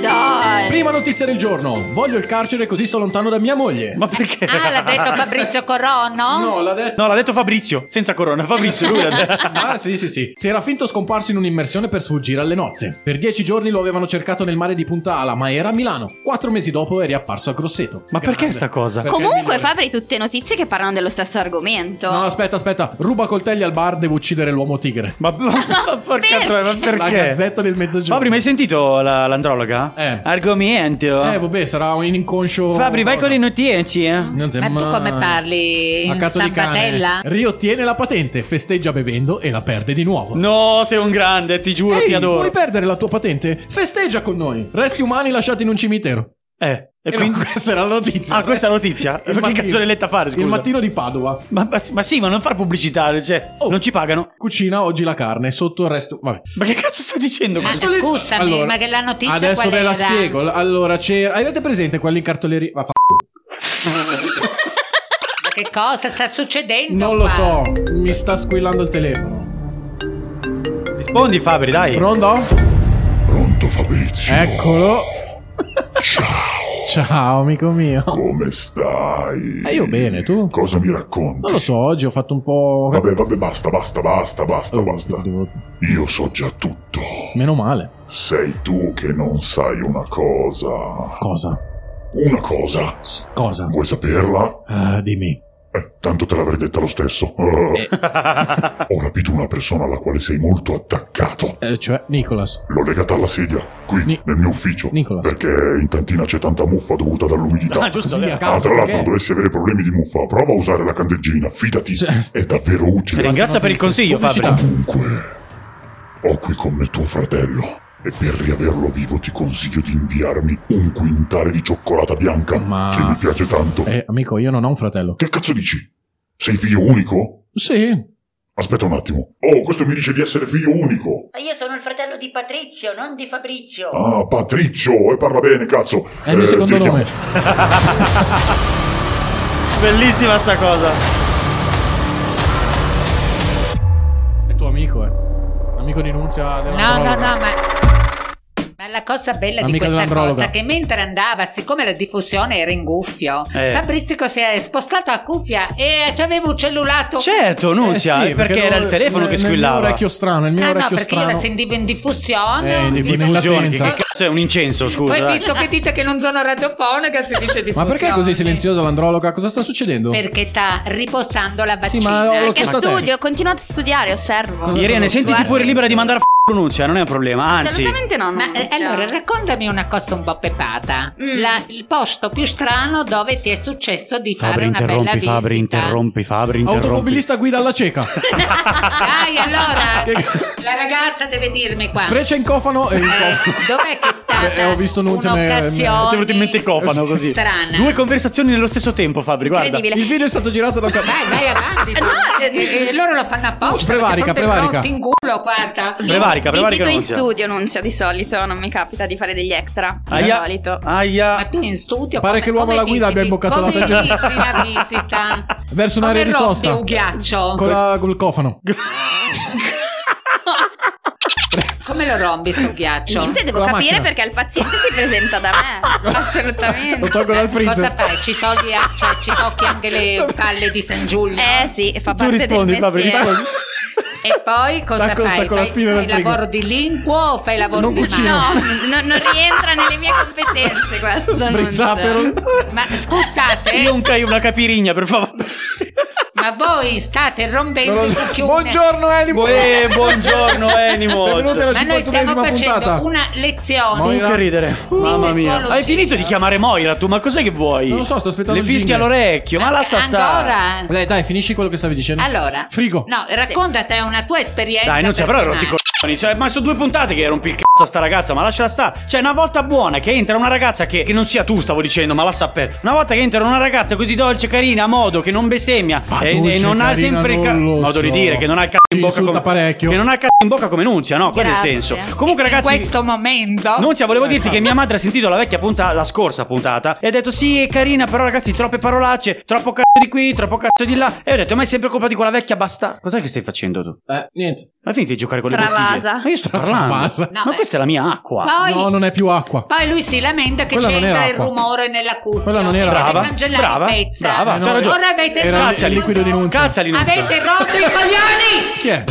[SPEAKER 2] Dai.
[SPEAKER 4] Prima notizia del giorno. Voglio il carcere così sto lontano da mia moglie.
[SPEAKER 3] Ma perché?
[SPEAKER 1] Ah, l'ha detto Fabrizio Corrono?
[SPEAKER 4] No, l'ha detto.
[SPEAKER 3] No, l'ha detto Fabrizio, senza corona. Fabrizio, lui l'ha detto.
[SPEAKER 4] Ah, sì, sì, sì. Si era finto scomparso in un'immersione per sfuggire alle nozze. Per dieci giorni lo avevano cercato nel mare di Punta Ala, ma era a Milano. Quattro mesi dopo è riapparso a Grosseto.
[SPEAKER 3] Ma perché
[SPEAKER 4] Grande.
[SPEAKER 3] sta cosa?
[SPEAKER 4] Perché
[SPEAKER 2] Comunque,
[SPEAKER 4] è migliore.
[SPEAKER 2] Fabri, tutte notizie che parlano dello stesso argomento.
[SPEAKER 4] No, aspetta, aspetta. Ruba coltelli al bar, devo uccidere l'uomo tigre.
[SPEAKER 3] Ma, ma- ma porca
[SPEAKER 2] Perché?
[SPEAKER 3] troia, ma perché?
[SPEAKER 4] La gazzetta del mezzogiorno.
[SPEAKER 3] Fabri, ma hai sentito la- l'androloga?
[SPEAKER 4] Eh.
[SPEAKER 3] Argomento.
[SPEAKER 4] Eh, vabbè, sarà un inconscio.
[SPEAKER 3] Fabri, vai
[SPEAKER 4] cosa.
[SPEAKER 3] con le notizie. eh.
[SPEAKER 4] Non te
[SPEAKER 1] Ma tu
[SPEAKER 4] mai-
[SPEAKER 1] come parli?
[SPEAKER 4] A
[SPEAKER 1] in
[SPEAKER 4] cazzo di cane.
[SPEAKER 1] stampatella?
[SPEAKER 4] Riottiene la patente, festeggia bevendo e la perde di nuovo.
[SPEAKER 3] No, sei un grande, ti giuro,
[SPEAKER 4] Ehi,
[SPEAKER 3] ti adoro.
[SPEAKER 4] vuoi perdere la tua patente? Festeggia con noi. Resti umani lasciati in un cimitero.
[SPEAKER 3] Eh, e
[SPEAKER 4] E
[SPEAKER 3] quindi...
[SPEAKER 4] no, questa era la notizia.
[SPEAKER 3] Ah, questa è la notizia?
[SPEAKER 4] Il
[SPEAKER 3] Ma che
[SPEAKER 4] mattino-
[SPEAKER 3] cazzo l'hai letta a fare, scusa?
[SPEAKER 4] Il mattino di Padova.
[SPEAKER 3] Ma, ma- ma sì, ma non far pubblicità, cioè,
[SPEAKER 4] Oh.
[SPEAKER 3] non ci pagano.
[SPEAKER 4] Cucina oggi la carne sotto arresto. Vabbè.
[SPEAKER 3] Ma che cazzo sta dicendo
[SPEAKER 1] Ma
[SPEAKER 3] questo?
[SPEAKER 1] scusami,
[SPEAKER 4] Allora,
[SPEAKER 1] ma che la notizia
[SPEAKER 4] Adesso
[SPEAKER 1] qual
[SPEAKER 4] ve la
[SPEAKER 1] era?
[SPEAKER 4] spiego. L- Allora, c'era. Avete presente quelli in cartoleria? Va, fa-
[SPEAKER 1] Ma che cosa sta succedendo?
[SPEAKER 4] Non lo
[SPEAKER 1] qua?
[SPEAKER 4] so. Mi sta squillando il telefono.
[SPEAKER 3] Rispondi, Fabri, dai.
[SPEAKER 4] Pronto?
[SPEAKER 8] Pronto Fabrizio?
[SPEAKER 4] Eccolo. Ciao. Ciao, amico mio.
[SPEAKER 8] Come stai?
[SPEAKER 4] Eh, io bene, tu?
[SPEAKER 8] Cosa mi racconti?
[SPEAKER 4] Non lo so, oggi ho fatto un po'.
[SPEAKER 8] Vabbè, vabbè, basta, basta, basta, basta,
[SPEAKER 4] Oh,
[SPEAKER 8] basta.
[SPEAKER 4] devo-
[SPEAKER 8] Io so già tutto.
[SPEAKER 4] Meno male.
[SPEAKER 8] Sei tu che non sai una cosa.
[SPEAKER 4] Cosa?
[SPEAKER 8] Una cosa.
[SPEAKER 4] S- cosa?
[SPEAKER 8] Vuoi saperla?
[SPEAKER 4] Ah, dimmi.
[SPEAKER 8] Eh, tanto te l'avrei detta lo stesso. Ho rapito una persona alla quale sei molto attaccato.
[SPEAKER 4] Eh, cioè, Nicolas.
[SPEAKER 8] L'ho legata alla sedia, qui,
[SPEAKER 4] Ni-
[SPEAKER 8] nel mio ufficio.
[SPEAKER 4] Nicola.
[SPEAKER 8] Perché in cantina c'è tanta muffa dovuta dall'umidità.
[SPEAKER 3] Ah, giusto.
[SPEAKER 4] Così,
[SPEAKER 3] vero.
[SPEAKER 4] a
[SPEAKER 8] Ah,
[SPEAKER 4] caso,
[SPEAKER 8] tra l'altro,
[SPEAKER 4] perché?
[SPEAKER 8] dovresti avere problemi di muffa. Prova a usare la candeggina, fidati.
[SPEAKER 4] Sì.
[SPEAKER 8] È davvero utile.
[SPEAKER 3] Ringrazia per il consiglio,
[SPEAKER 4] Pubblicità.
[SPEAKER 3] Fabri.
[SPEAKER 8] Comunque, ho qui con me tuo fratello.
[SPEAKER 11] E per riaverlo vivo ti consiglio di inviarmi un quintale di cioccolata bianca che mi piace tanto.
[SPEAKER 4] Eh, amico, io non ho un fratello.
[SPEAKER 11] Che cazzo dici? Sei figlio unico?
[SPEAKER 4] Sì.
[SPEAKER 11] Aspetta un attimo. Oh, questo mi dice di essere figlio unico.
[SPEAKER 12] Ma io sono il fratello di Patrizio, non di Fabrizio.
[SPEAKER 11] Ah, Patriccio, e parla bene, cazzo.
[SPEAKER 4] È il mio
[SPEAKER 11] Eh,
[SPEAKER 4] secondo
[SPEAKER 11] ti chiamo-
[SPEAKER 4] nome.
[SPEAKER 3] Bellissima sta cosa.
[SPEAKER 4] È tuo amico, eh. Amico di Nunzia.
[SPEAKER 1] No, no, no, ma. Ma la cosa bella di
[SPEAKER 4] Amica
[SPEAKER 1] questa
[SPEAKER 4] dell'androloga.
[SPEAKER 1] cosa è che mentre andava, siccome la diffusione era in guffio,
[SPEAKER 3] Eh.
[SPEAKER 1] Fabrizio si è spostato a cuffia e ci aveva un cellulato.
[SPEAKER 3] Certo,
[SPEAKER 4] Eh,
[SPEAKER 3] Nunzia, perché, era il telefono che squillava.
[SPEAKER 4] Il mio orecchio strano, il mio
[SPEAKER 1] Ah no,
[SPEAKER 4] orecchio
[SPEAKER 1] perché
[SPEAKER 4] strano.
[SPEAKER 1] io la sentivo in diffusione.
[SPEAKER 3] Eh, in diffusione, che, che cazzo è un incenso, scusa.
[SPEAKER 1] Poi
[SPEAKER 3] dai.
[SPEAKER 1] visto che dite che non sono radiofonica, si dice diffusione.
[SPEAKER 4] Ma perché è così silenziosa l'androloga? Cosa sta succedendo?
[SPEAKER 1] Perché sta riposando la vaccina.
[SPEAKER 4] ma-
[SPEAKER 2] Che
[SPEAKER 4] Cosa te?
[SPEAKER 2] studio, continuate a studiare, osservo.
[SPEAKER 3] Irene, sentiti
[SPEAKER 2] Guardi.
[SPEAKER 3] pure libera di mandare a f***o Nunzia, non è un problema, anzi.
[SPEAKER 2] Assolutamente no,
[SPEAKER 1] Ma,
[SPEAKER 2] non
[SPEAKER 1] eh,
[SPEAKER 2] c'è. Mm.
[SPEAKER 1] allora raccontami una cosa un po' pepata. La- il posto più strano dove ti è successo di fare
[SPEAKER 3] Fabri,
[SPEAKER 1] una bella
[SPEAKER 3] interrompi,
[SPEAKER 1] visita.
[SPEAKER 3] Fabri, interrompi, Fabri, interrompi.
[SPEAKER 4] Automobilista guida alla cieca.
[SPEAKER 1] Dai, allora la ragazza deve dirmi qua.
[SPEAKER 4] Freccia in cofano e in cofano.
[SPEAKER 1] Dov'è che è stata
[SPEAKER 4] Eh, ho visto Nunzia. me- me-
[SPEAKER 3] Ti è venuto in mente il cofano così.
[SPEAKER 1] Strana.
[SPEAKER 3] Due conversazioni nello stesso tempo, Fabri, guarda.
[SPEAKER 1] Incredibile. Il
[SPEAKER 4] video è stato girato da
[SPEAKER 1] Vai, vai avanti. tu. Eh, eh, loro lo fanno apposta.
[SPEAKER 3] prevarica,
[SPEAKER 1] perché sono
[SPEAKER 3] prevarica.
[SPEAKER 1] pronti in culo, guarda.
[SPEAKER 3] Prevarica, prevarica
[SPEAKER 2] Visito in
[SPEAKER 3] Nunzia.
[SPEAKER 2] studio, Nunzia, di solito. Non mi capita di fare degli extra. Di
[SPEAKER 3] Aia.
[SPEAKER 2] solito.
[SPEAKER 3] Aia.
[SPEAKER 1] Ma tu in studio
[SPEAKER 4] Pare
[SPEAKER 1] come-
[SPEAKER 4] che l'uomo
[SPEAKER 1] come
[SPEAKER 4] alla guida abbia
[SPEAKER 1] visiti?
[SPEAKER 4] imboccato la
[SPEAKER 1] Come
[SPEAKER 4] pentola.
[SPEAKER 1] inizi la visita?
[SPEAKER 4] Verso un'area
[SPEAKER 1] Come
[SPEAKER 4] di
[SPEAKER 1] rompi
[SPEAKER 4] sosta.
[SPEAKER 1] un ghiaccio?
[SPEAKER 4] Con la- col cofano.
[SPEAKER 1] Come lo rombi sto ghiaccio?
[SPEAKER 2] Niente, devo
[SPEAKER 4] Con la
[SPEAKER 2] capire
[SPEAKER 4] macchina.
[SPEAKER 2] perché il paziente si presenta da me. Assolutamente.
[SPEAKER 4] Lo tolgo dal
[SPEAKER 1] Cosa
[SPEAKER 4] freezer.
[SPEAKER 1] fai? Ci togli a- cioè, ci tocchi anche le palle di San Giulio?
[SPEAKER 2] Eh sì, e fa parte del mestiere.
[SPEAKER 1] E poi cosa
[SPEAKER 2] Stacco-
[SPEAKER 1] fai?
[SPEAKER 2] stacco la
[SPEAKER 1] fai
[SPEAKER 2] spina
[SPEAKER 1] fai
[SPEAKER 2] dal frigo.
[SPEAKER 1] lavoro di linguo o fai lavoro
[SPEAKER 2] Non
[SPEAKER 1] di
[SPEAKER 2] cucino.
[SPEAKER 1] mano?
[SPEAKER 2] No, non rientra nelle mie competenze questo.
[SPEAKER 3] Sbrizzapero.
[SPEAKER 1] Ma scusate,
[SPEAKER 3] Io un ca- una capirigna, per favore.
[SPEAKER 1] ma voi state rompendo il cucchione.
[SPEAKER 4] Animal.
[SPEAKER 3] Eh, buongiorno, Animal.
[SPEAKER 4] Benvenuti alla
[SPEAKER 1] Ma noi stiamo
[SPEAKER 4] 51esima
[SPEAKER 1] facendo
[SPEAKER 4] puntata.
[SPEAKER 1] una lezione.
[SPEAKER 3] Non che ridere, mamma mia.
[SPEAKER 1] solo
[SPEAKER 3] Hai finito di chiamare Moira tu, ma cos'è che vuoi?
[SPEAKER 4] Non lo so, sto aspettando
[SPEAKER 3] Le
[SPEAKER 4] il
[SPEAKER 3] fischia
[SPEAKER 4] jingle.
[SPEAKER 3] all'orecchio, ma lascia stare.
[SPEAKER 1] Allora,
[SPEAKER 4] Dai, dai, finisci quello che stavi dicendo.
[SPEAKER 1] allora
[SPEAKER 4] Frigo.
[SPEAKER 1] No, raccontate una tua esperienza.
[SPEAKER 3] Dai, non c'è, però
[SPEAKER 1] personale.
[SPEAKER 3] rotti i coglioni. Cioè, ma sono due puntate che rompi il cazzo a sta ragazza, ma lasciala stare. Cioè, una volta buona che entra una ragazza che, che non sia tu, stavo dicendo, ma la sappet. Una volta che entra una ragazza così dolce, carina, a modo, che non bestemmia
[SPEAKER 4] Ma
[SPEAKER 3] e, e
[SPEAKER 4] dolce,
[SPEAKER 3] non ha
[SPEAKER 4] carina,
[SPEAKER 3] sempre il ca-
[SPEAKER 4] non lo
[SPEAKER 3] modo di
[SPEAKER 4] so.
[SPEAKER 3] dire, che non ha il cazzo in
[SPEAKER 4] Ci
[SPEAKER 3] bocca
[SPEAKER 4] insulta
[SPEAKER 3] come
[SPEAKER 4] parecchio.
[SPEAKER 3] Che non ha il cazzo in bocca come Nunzia, no, quello è il
[SPEAKER 1] Grazie.
[SPEAKER 3] senso. Comunque,
[SPEAKER 1] In
[SPEAKER 3] ragazzi,
[SPEAKER 1] questo momento
[SPEAKER 3] Nunzia, volevo dirti che mia madre ha sentito la vecchia puntata, la scorsa puntata, e ha detto: Sì, è carina, però ragazzi, troppe parolacce, troppo cazzo di qui, troppo cazzo di là. E ho detto: Ma è sempre colpa di quella vecchia basta. Cos'è che stai facendo tu?
[SPEAKER 4] Eh, niente.
[SPEAKER 3] Ma hai finito di giocare con le
[SPEAKER 2] Travasa.
[SPEAKER 3] bottiglie? Ma io sto parlando.
[SPEAKER 4] Travasa.
[SPEAKER 1] No,
[SPEAKER 3] ma
[SPEAKER 1] beh.
[SPEAKER 3] questa è la mia acqua.
[SPEAKER 1] Poi-
[SPEAKER 4] No, non è più acqua.
[SPEAKER 1] Poi lui si lamenta che
[SPEAKER 4] Quella non
[SPEAKER 1] c'entra
[SPEAKER 4] era
[SPEAKER 1] il
[SPEAKER 4] acqua.
[SPEAKER 1] rumore nella cucina.
[SPEAKER 4] Quella non era
[SPEAKER 3] Brava,
[SPEAKER 1] Per cancellare
[SPEAKER 3] brava,
[SPEAKER 1] i pezzi.
[SPEAKER 3] brava,
[SPEAKER 4] Eh, no, c'ha ragione.
[SPEAKER 1] Ora avete
[SPEAKER 4] Era
[SPEAKER 1] rotto
[SPEAKER 4] il
[SPEAKER 1] i
[SPEAKER 4] liquido di Nunzia.
[SPEAKER 3] Cazzali non
[SPEAKER 1] Avete rotto i coglioni!
[SPEAKER 4] Chi è?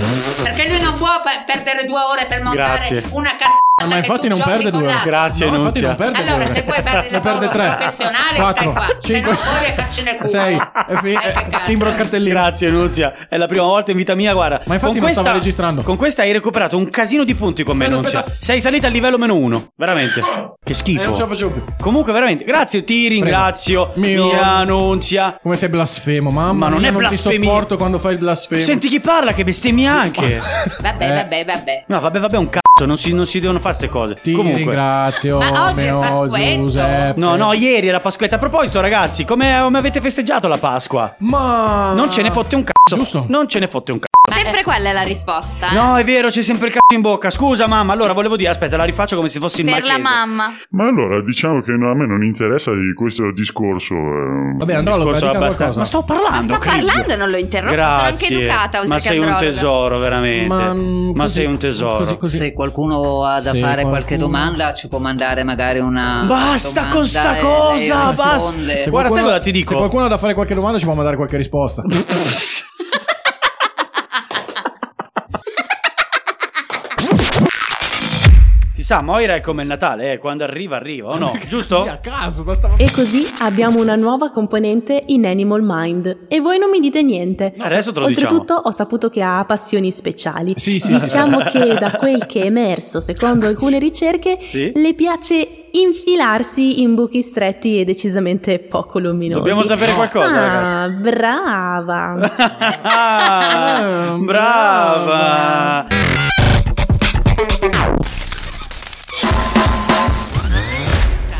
[SPEAKER 1] Perché lui non può pe- perdere due ore per montare
[SPEAKER 3] Grazie.
[SPEAKER 1] una cazzata.
[SPEAKER 4] Ah, Ma
[SPEAKER 1] che
[SPEAKER 4] infatti
[SPEAKER 1] tu
[SPEAKER 4] non
[SPEAKER 1] giochi
[SPEAKER 4] perde
[SPEAKER 1] con
[SPEAKER 4] due ore.
[SPEAKER 1] l'acqua.
[SPEAKER 3] Grazie,
[SPEAKER 4] no, infatti
[SPEAKER 3] Nunzia.
[SPEAKER 4] non perde
[SPEAKER 1] Allora,
[SPEAKER 4] due ore.
[SPEAKER 1] se vuoi fare il
[SPEAKER 4] Ne
[SPEAKER 1] lavoro
[SPEAKER 4] perde tre,
[SPEAKER 1] professionale,
[SPEAKER 4] quattro,
[SPEAKER 1] stai qua.
[SPEAKER 4] cinque,
[SPEAKER 1] Se no, fuori a cacci nel culo.
[SPEAKER 4] sei. È fi-
[SPEAKER 1] Eh, che cazzo.
[SPEAKER 4] timbro il cartellino.
[SPEAKER 3] Grazie Nunzia, è la prima volta in vita mia, guarda.
[SPEAKER 4] Ma infatti non stavo registrando.
[SPEAKER 3] Con questa hai recuperato un casino di punti con me,
[SPEAKER 4] Aspetta,
[SPEAKER 3] Nunzia.
[SPEAKER 4] aspetta.
[SPEAKER 3] Sei salita al livello meno uno, veramente. Che
[SPEAKER 4] Eh, non ce la
[SPEAKER 3] schifo.
[SPEAKER 4] facevo più.
[SPEAKER 3] Comunque, veramente, grazie, ti ringrazio,
[SPEAKER 4] Mio-
[SPEAKER 3] mia Nunzia.
[SPEAKER 4] Come sei blasfemo, mamma.
[SPEAKER 3] Ma non
[SPEAKER 4] mia,
[SPEAKER 3] è
[SPEAKER 4] Non ti
[SPEAKER 3] blasfemia.
[SPEAKER 4] sopporto quando fai il blasfemo.
[SPEAKER 3] Senti chi parla che bestemmia anche.
[SPEAKER 1] Vabbè,
[SPEAKER 4] Eh.
[SPEAKER 1] vabbè, vabbè.
[SPEAKER 3] No, vabbè, vabbè, un cazzo, non si, non si devono fare queste cose.
[SPEAKER 4] Ti
[SPEAKER 3] Comunque.
[SPEAKER 4] ringrazio,
[SPEAKER 1] Ma oggi è
[SPEAKER 4] Meo,
[SPEAKER 1] Pasquetto.
[SPEAKER 4] Giuseppe.
[SPEAKER 3] No, no, ieri era Pasquetta. A proposito, ragazzi, come, come avete festeggiato la Pasqua?
[SPEAKER 4] Ma
[SPEAKER 3] Non ce ne fotte un cazzo.
[SPEAKER 4] Giusto.
[SPEAKER 3] Non ce ne fotte un cazzo.
[SPEAKER 2] Sempre quella è la risposta. eh.
[SPEAKER 3] No, è vero, c'è sempre il cazzo in bocca. Scusa, mamma. Allora, volevo dire, aspetta, la rifaccio come se fossi il
[SPEAKER 2] Per la
[SPEAKER 3] marchese.
[SPEAKER 2] mamma.
[SPEAKER 11] Ma allora, diciamo che no, a me non interessa di questo discorso. eh.
[SPEAKER 4] Vabbè,
[SPEAKER 3] Un
[SPEAKER 4] andrò
[SPEAKER 3] discorso
[SPEAKER 4] dica
[SPEAKER 3] abbastanza-
[SPEAKER 4] qualcosa.
[SPEAKER 3] Ma sto parlando,
[SPEAKER 2] Ma sta
[SPEAKER 3] Cribbio.
[SPEAKER 2] parlando e non lo interrompo. Sono
[SPEAKER 3] Grazie.
[SPEAKER 2] anche educata oltre
[SPEAKER 3] Ma
[SPEAKER 2] che
[SPEAKER 3] sei un
[SPEAKER 2] androloga.
[SPEAKER 3] tesoro, veramente.
[SPEAKER 4] Ma,
[SPEAKER 3] Ma,
[SPEAKER 4] mm, così,
[SPEAKER 3] sei un tesoro.
[SPEAKER 4] così, così.
[SPEAKER 9] Se qualcuno ha da
[SPEAKER 4] Se
[SPEAKER 9] fare qualche
[SPEAKER 4] qualcuno-
[SPEAKER 9] domanda, ci può mandare magari una.
[SPEAKER 3] Basta con sta cosa, basta.
[SPEAKER 4] Se
[SPEAKER 3] Guarda, sai
[SPEAKER 4] qualcuno-
[SPEAKER 3] cosa ti dico?
[SPEAKER 4] Se qualcuno ha da fare qualche domanda, ci può mandare qualche risposta.
[SPEAKER 3] Si sa, Moira è come il Natale, eh, quando arriva, arriva, o no?
[SPEAKER 4] Sì, a
[SPEAKER 3] Giusto?
[SPEAKER 4] caso, bastava.
[SPEAKER 5] E così abbiamo una nuova componente in Animal Mind. E voi non mi dite niente.
[SPEAKER 3] Adesso te lo
[SPEAKER 5] Oltretutto
[SPEAKER 3] diciamo.
[SPEAKER 5] ho saputo che ha passioni speciali.
[SPEAKER 4] Sì, sì, sì.
[SPEAKER 5] diciamo che da quel che è emerso, secondo alcune ricerche,
[SPEAKER 3] Sì.
[SPEAKER 5] le piace infilarsi in buchi stretti e decisamente poco luminosi.
[SPEAKER 3] Dobbiamo sapere qualcosa, ragazzi.
[SPEAKER 5] Ah, brava.
[SPEAKER 3] Ah, brava.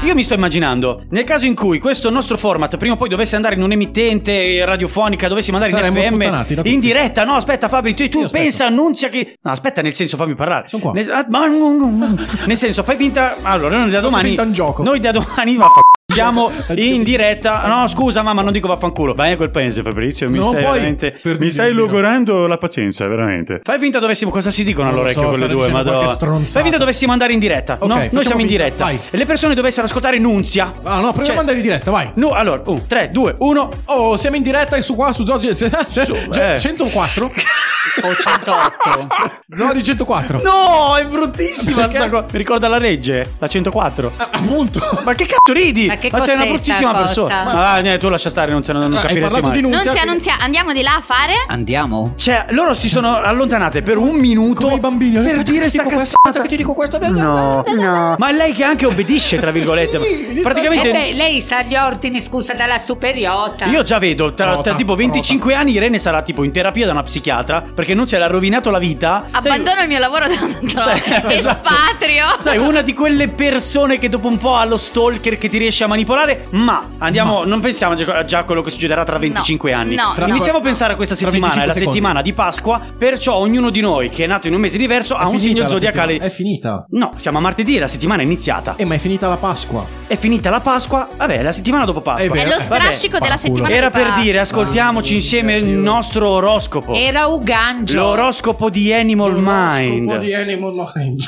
[SPEAKER 3] io mi sto immaginando, nel caso in cui questo nostro format prima o poi dovesse andare in un'emittente radiofonica, dovessimo andare
[SPEAKER 4] Saremmo
[SPEAKER 3] in
[SPEAKER 4] sputtanati da
[SPEAKER 3] FM,
[SPEAKER 4] tutti.
[SPEAKER 3] in diretta, no, aspetta Fabri, tu, tu pensa, annuncia che... No, aspetta, nel senso fammi parlare. Sono qua. Nel, ah, ma- nel senso, fai finta... Allora, noi da domani...
[SPEAKER 4] finta un
[SPEAKER 3] Noi da domani, vaffa... Siamo in diretta. No, scusa, mamma, non dico vaffanculo. Vai a quel paese, Fabrizio. Mi
[SPEAKER 4] No,
[SPEAKER 3] stai
[SPEAKER 4] poi-
[SPEAKER 3] veramente.
[SPEAKER 4] per
[SPEAKER 3] Mi stai
[SPEAKER 4] dirmi no.
[SPEAKER 3] logorando la pazienza, veramente. Fai finta dovessimo. Cosa si dicono
[SPEAKER 4] Non lo
[SPEAKER 3] all'orecchio
[SPEAKER 4] so,
[SPEAKER 3] quelle
[SPEAKER 4] stare
[SPEAKER 3] due?
[SPEAKER 4] dicendo
[SPEAKER 3] Madonna.
[SPEAKER 4] qualche stronzata.
[SPEAKER 3] Fai finta dovessimo andare in diretta. no,
[SPEAKER 4] facciamo
[SPEAKER 3] noi siamo in
[SPEAKER 4] finta,
[SPEAKER 3] diretta.
[SPEAKER 4] vai.
[SPEAKER 3] E le persone dovessero ascoltare Nunzia.
[SPEAKER 4] Ah, no, proviamo
[SPEAKER 3] Cioè-
[SPEAKER 4] ad andare in diretta, vai.
[SPEAKER 3] No, allora, 3, 2, 1.
[SPEAKER 4] Oh, siamo in diretta su qua, su Zoggi. se- se- cioè,
[SPEAKER 3] eh.
[SPEAKER 4] 104.
[SPEAKER 9] O 108.
[SPEAKER 4] Zodi 104.
[SPEAKER 3] No, è bruttissima
[SPEAKER 4] Perché? Ah.
[SPEAKER 3] sta cosa. Mi ricorda la legge, la 104.
[SPEAKER 4] appunto.
[SPEAKER 3] Ma che cazzo ridi?
[SPEAKER 2] Ma che
[SPEAKER 3] sei una
[SPEAKER 2] cos'è sta
[SPEAKER 3] bruttissima
[SPEAKER 2] cosa?
[SPEAKER 3] persona.
[SPEAKER 2] Ma-
[SPEAKER 3] Ma ah, ne, tu lascia stare, non, non, non
[SPEAKER 2] Ah, hai
[SPEAKER 3] capiresti
[SPEAKER 2] parlato
[SPEAKER 3] mai.
[SPEAKER 2] Non si annunzia, andiamo di là a fare?
[SPEAKER 9] Andiamo.
[SPEAKER 3] Cioè, loro si sono allontanate per un minuto per dire sta cazzata che ti dico questo. No, no. Ma è lei che anche obbedisce, tra virgolette.
[SPEAKER 1] Eh beh,
[SPEAKER 3] Praticamente
[SPEAKER 1] lei sta agli ordini, scusa, dalla superiota.
[SPEAKER 3] io già vedo, tra, tra
[SPEAKER 1] Prota,
[SPEAKER 3] tipo 25 anni Irene sarà tipo in terapia da una psichiatra perché non se l'ha rovinato la vita. Sai-
[SPEAKER 2] Abbandono il mio lavoro da tanto. Espatrio.
[SPEAKER 3] Sai, una di quelle persone che dopo un po' ha lo stalker che ti riesce a manipolare, ma andiamo, non pensiamo già già a quello che succederà tra 25 anni.
[SPEAKER 4] no, Tra- no.
[SPEAKER 3] Iniziamo a pensare a questa
[SPEAKER 4] Tra
[SPEAKER 3] settimana, è
[SPEAKER 4] 25
[SPEAKER 3] la
[SPEAKER 4] secondi.
[SPEAKER 3] settimana di Pasqua, perciò ognuno di noi che è nato in un mese diverso ha un segno zodiacale.
[SPEAKER 4] È finita.
[SPEAKER 3] No, siamo a martedì, la settimana è iniziata.
[SPEAKER 4] Eh, ma è finita la Pasqua.
[SPEAKER 3] È finita la Pasqua, vabbè, è la settimana dopo Pasqua.
[SPEAKER 4] È vero. È lo
[SPEAKER 3] Vabbè.
[SPEAKER 2] strascico della settimana
[SPEAKER 3] Era
[SPEAKER 2] dopo
[SPEAKER 3] per
[SPEAKER 2] Pasqua.
[SPEAKER 3] dire, ascoltiamoci insieme il nostro oroscopo.
[SPEAKER 1] Era Ugangio.
[SPEAKER 3] L'oroscopo di Animal Mind.
[SPEAKER 4] Animal Mind.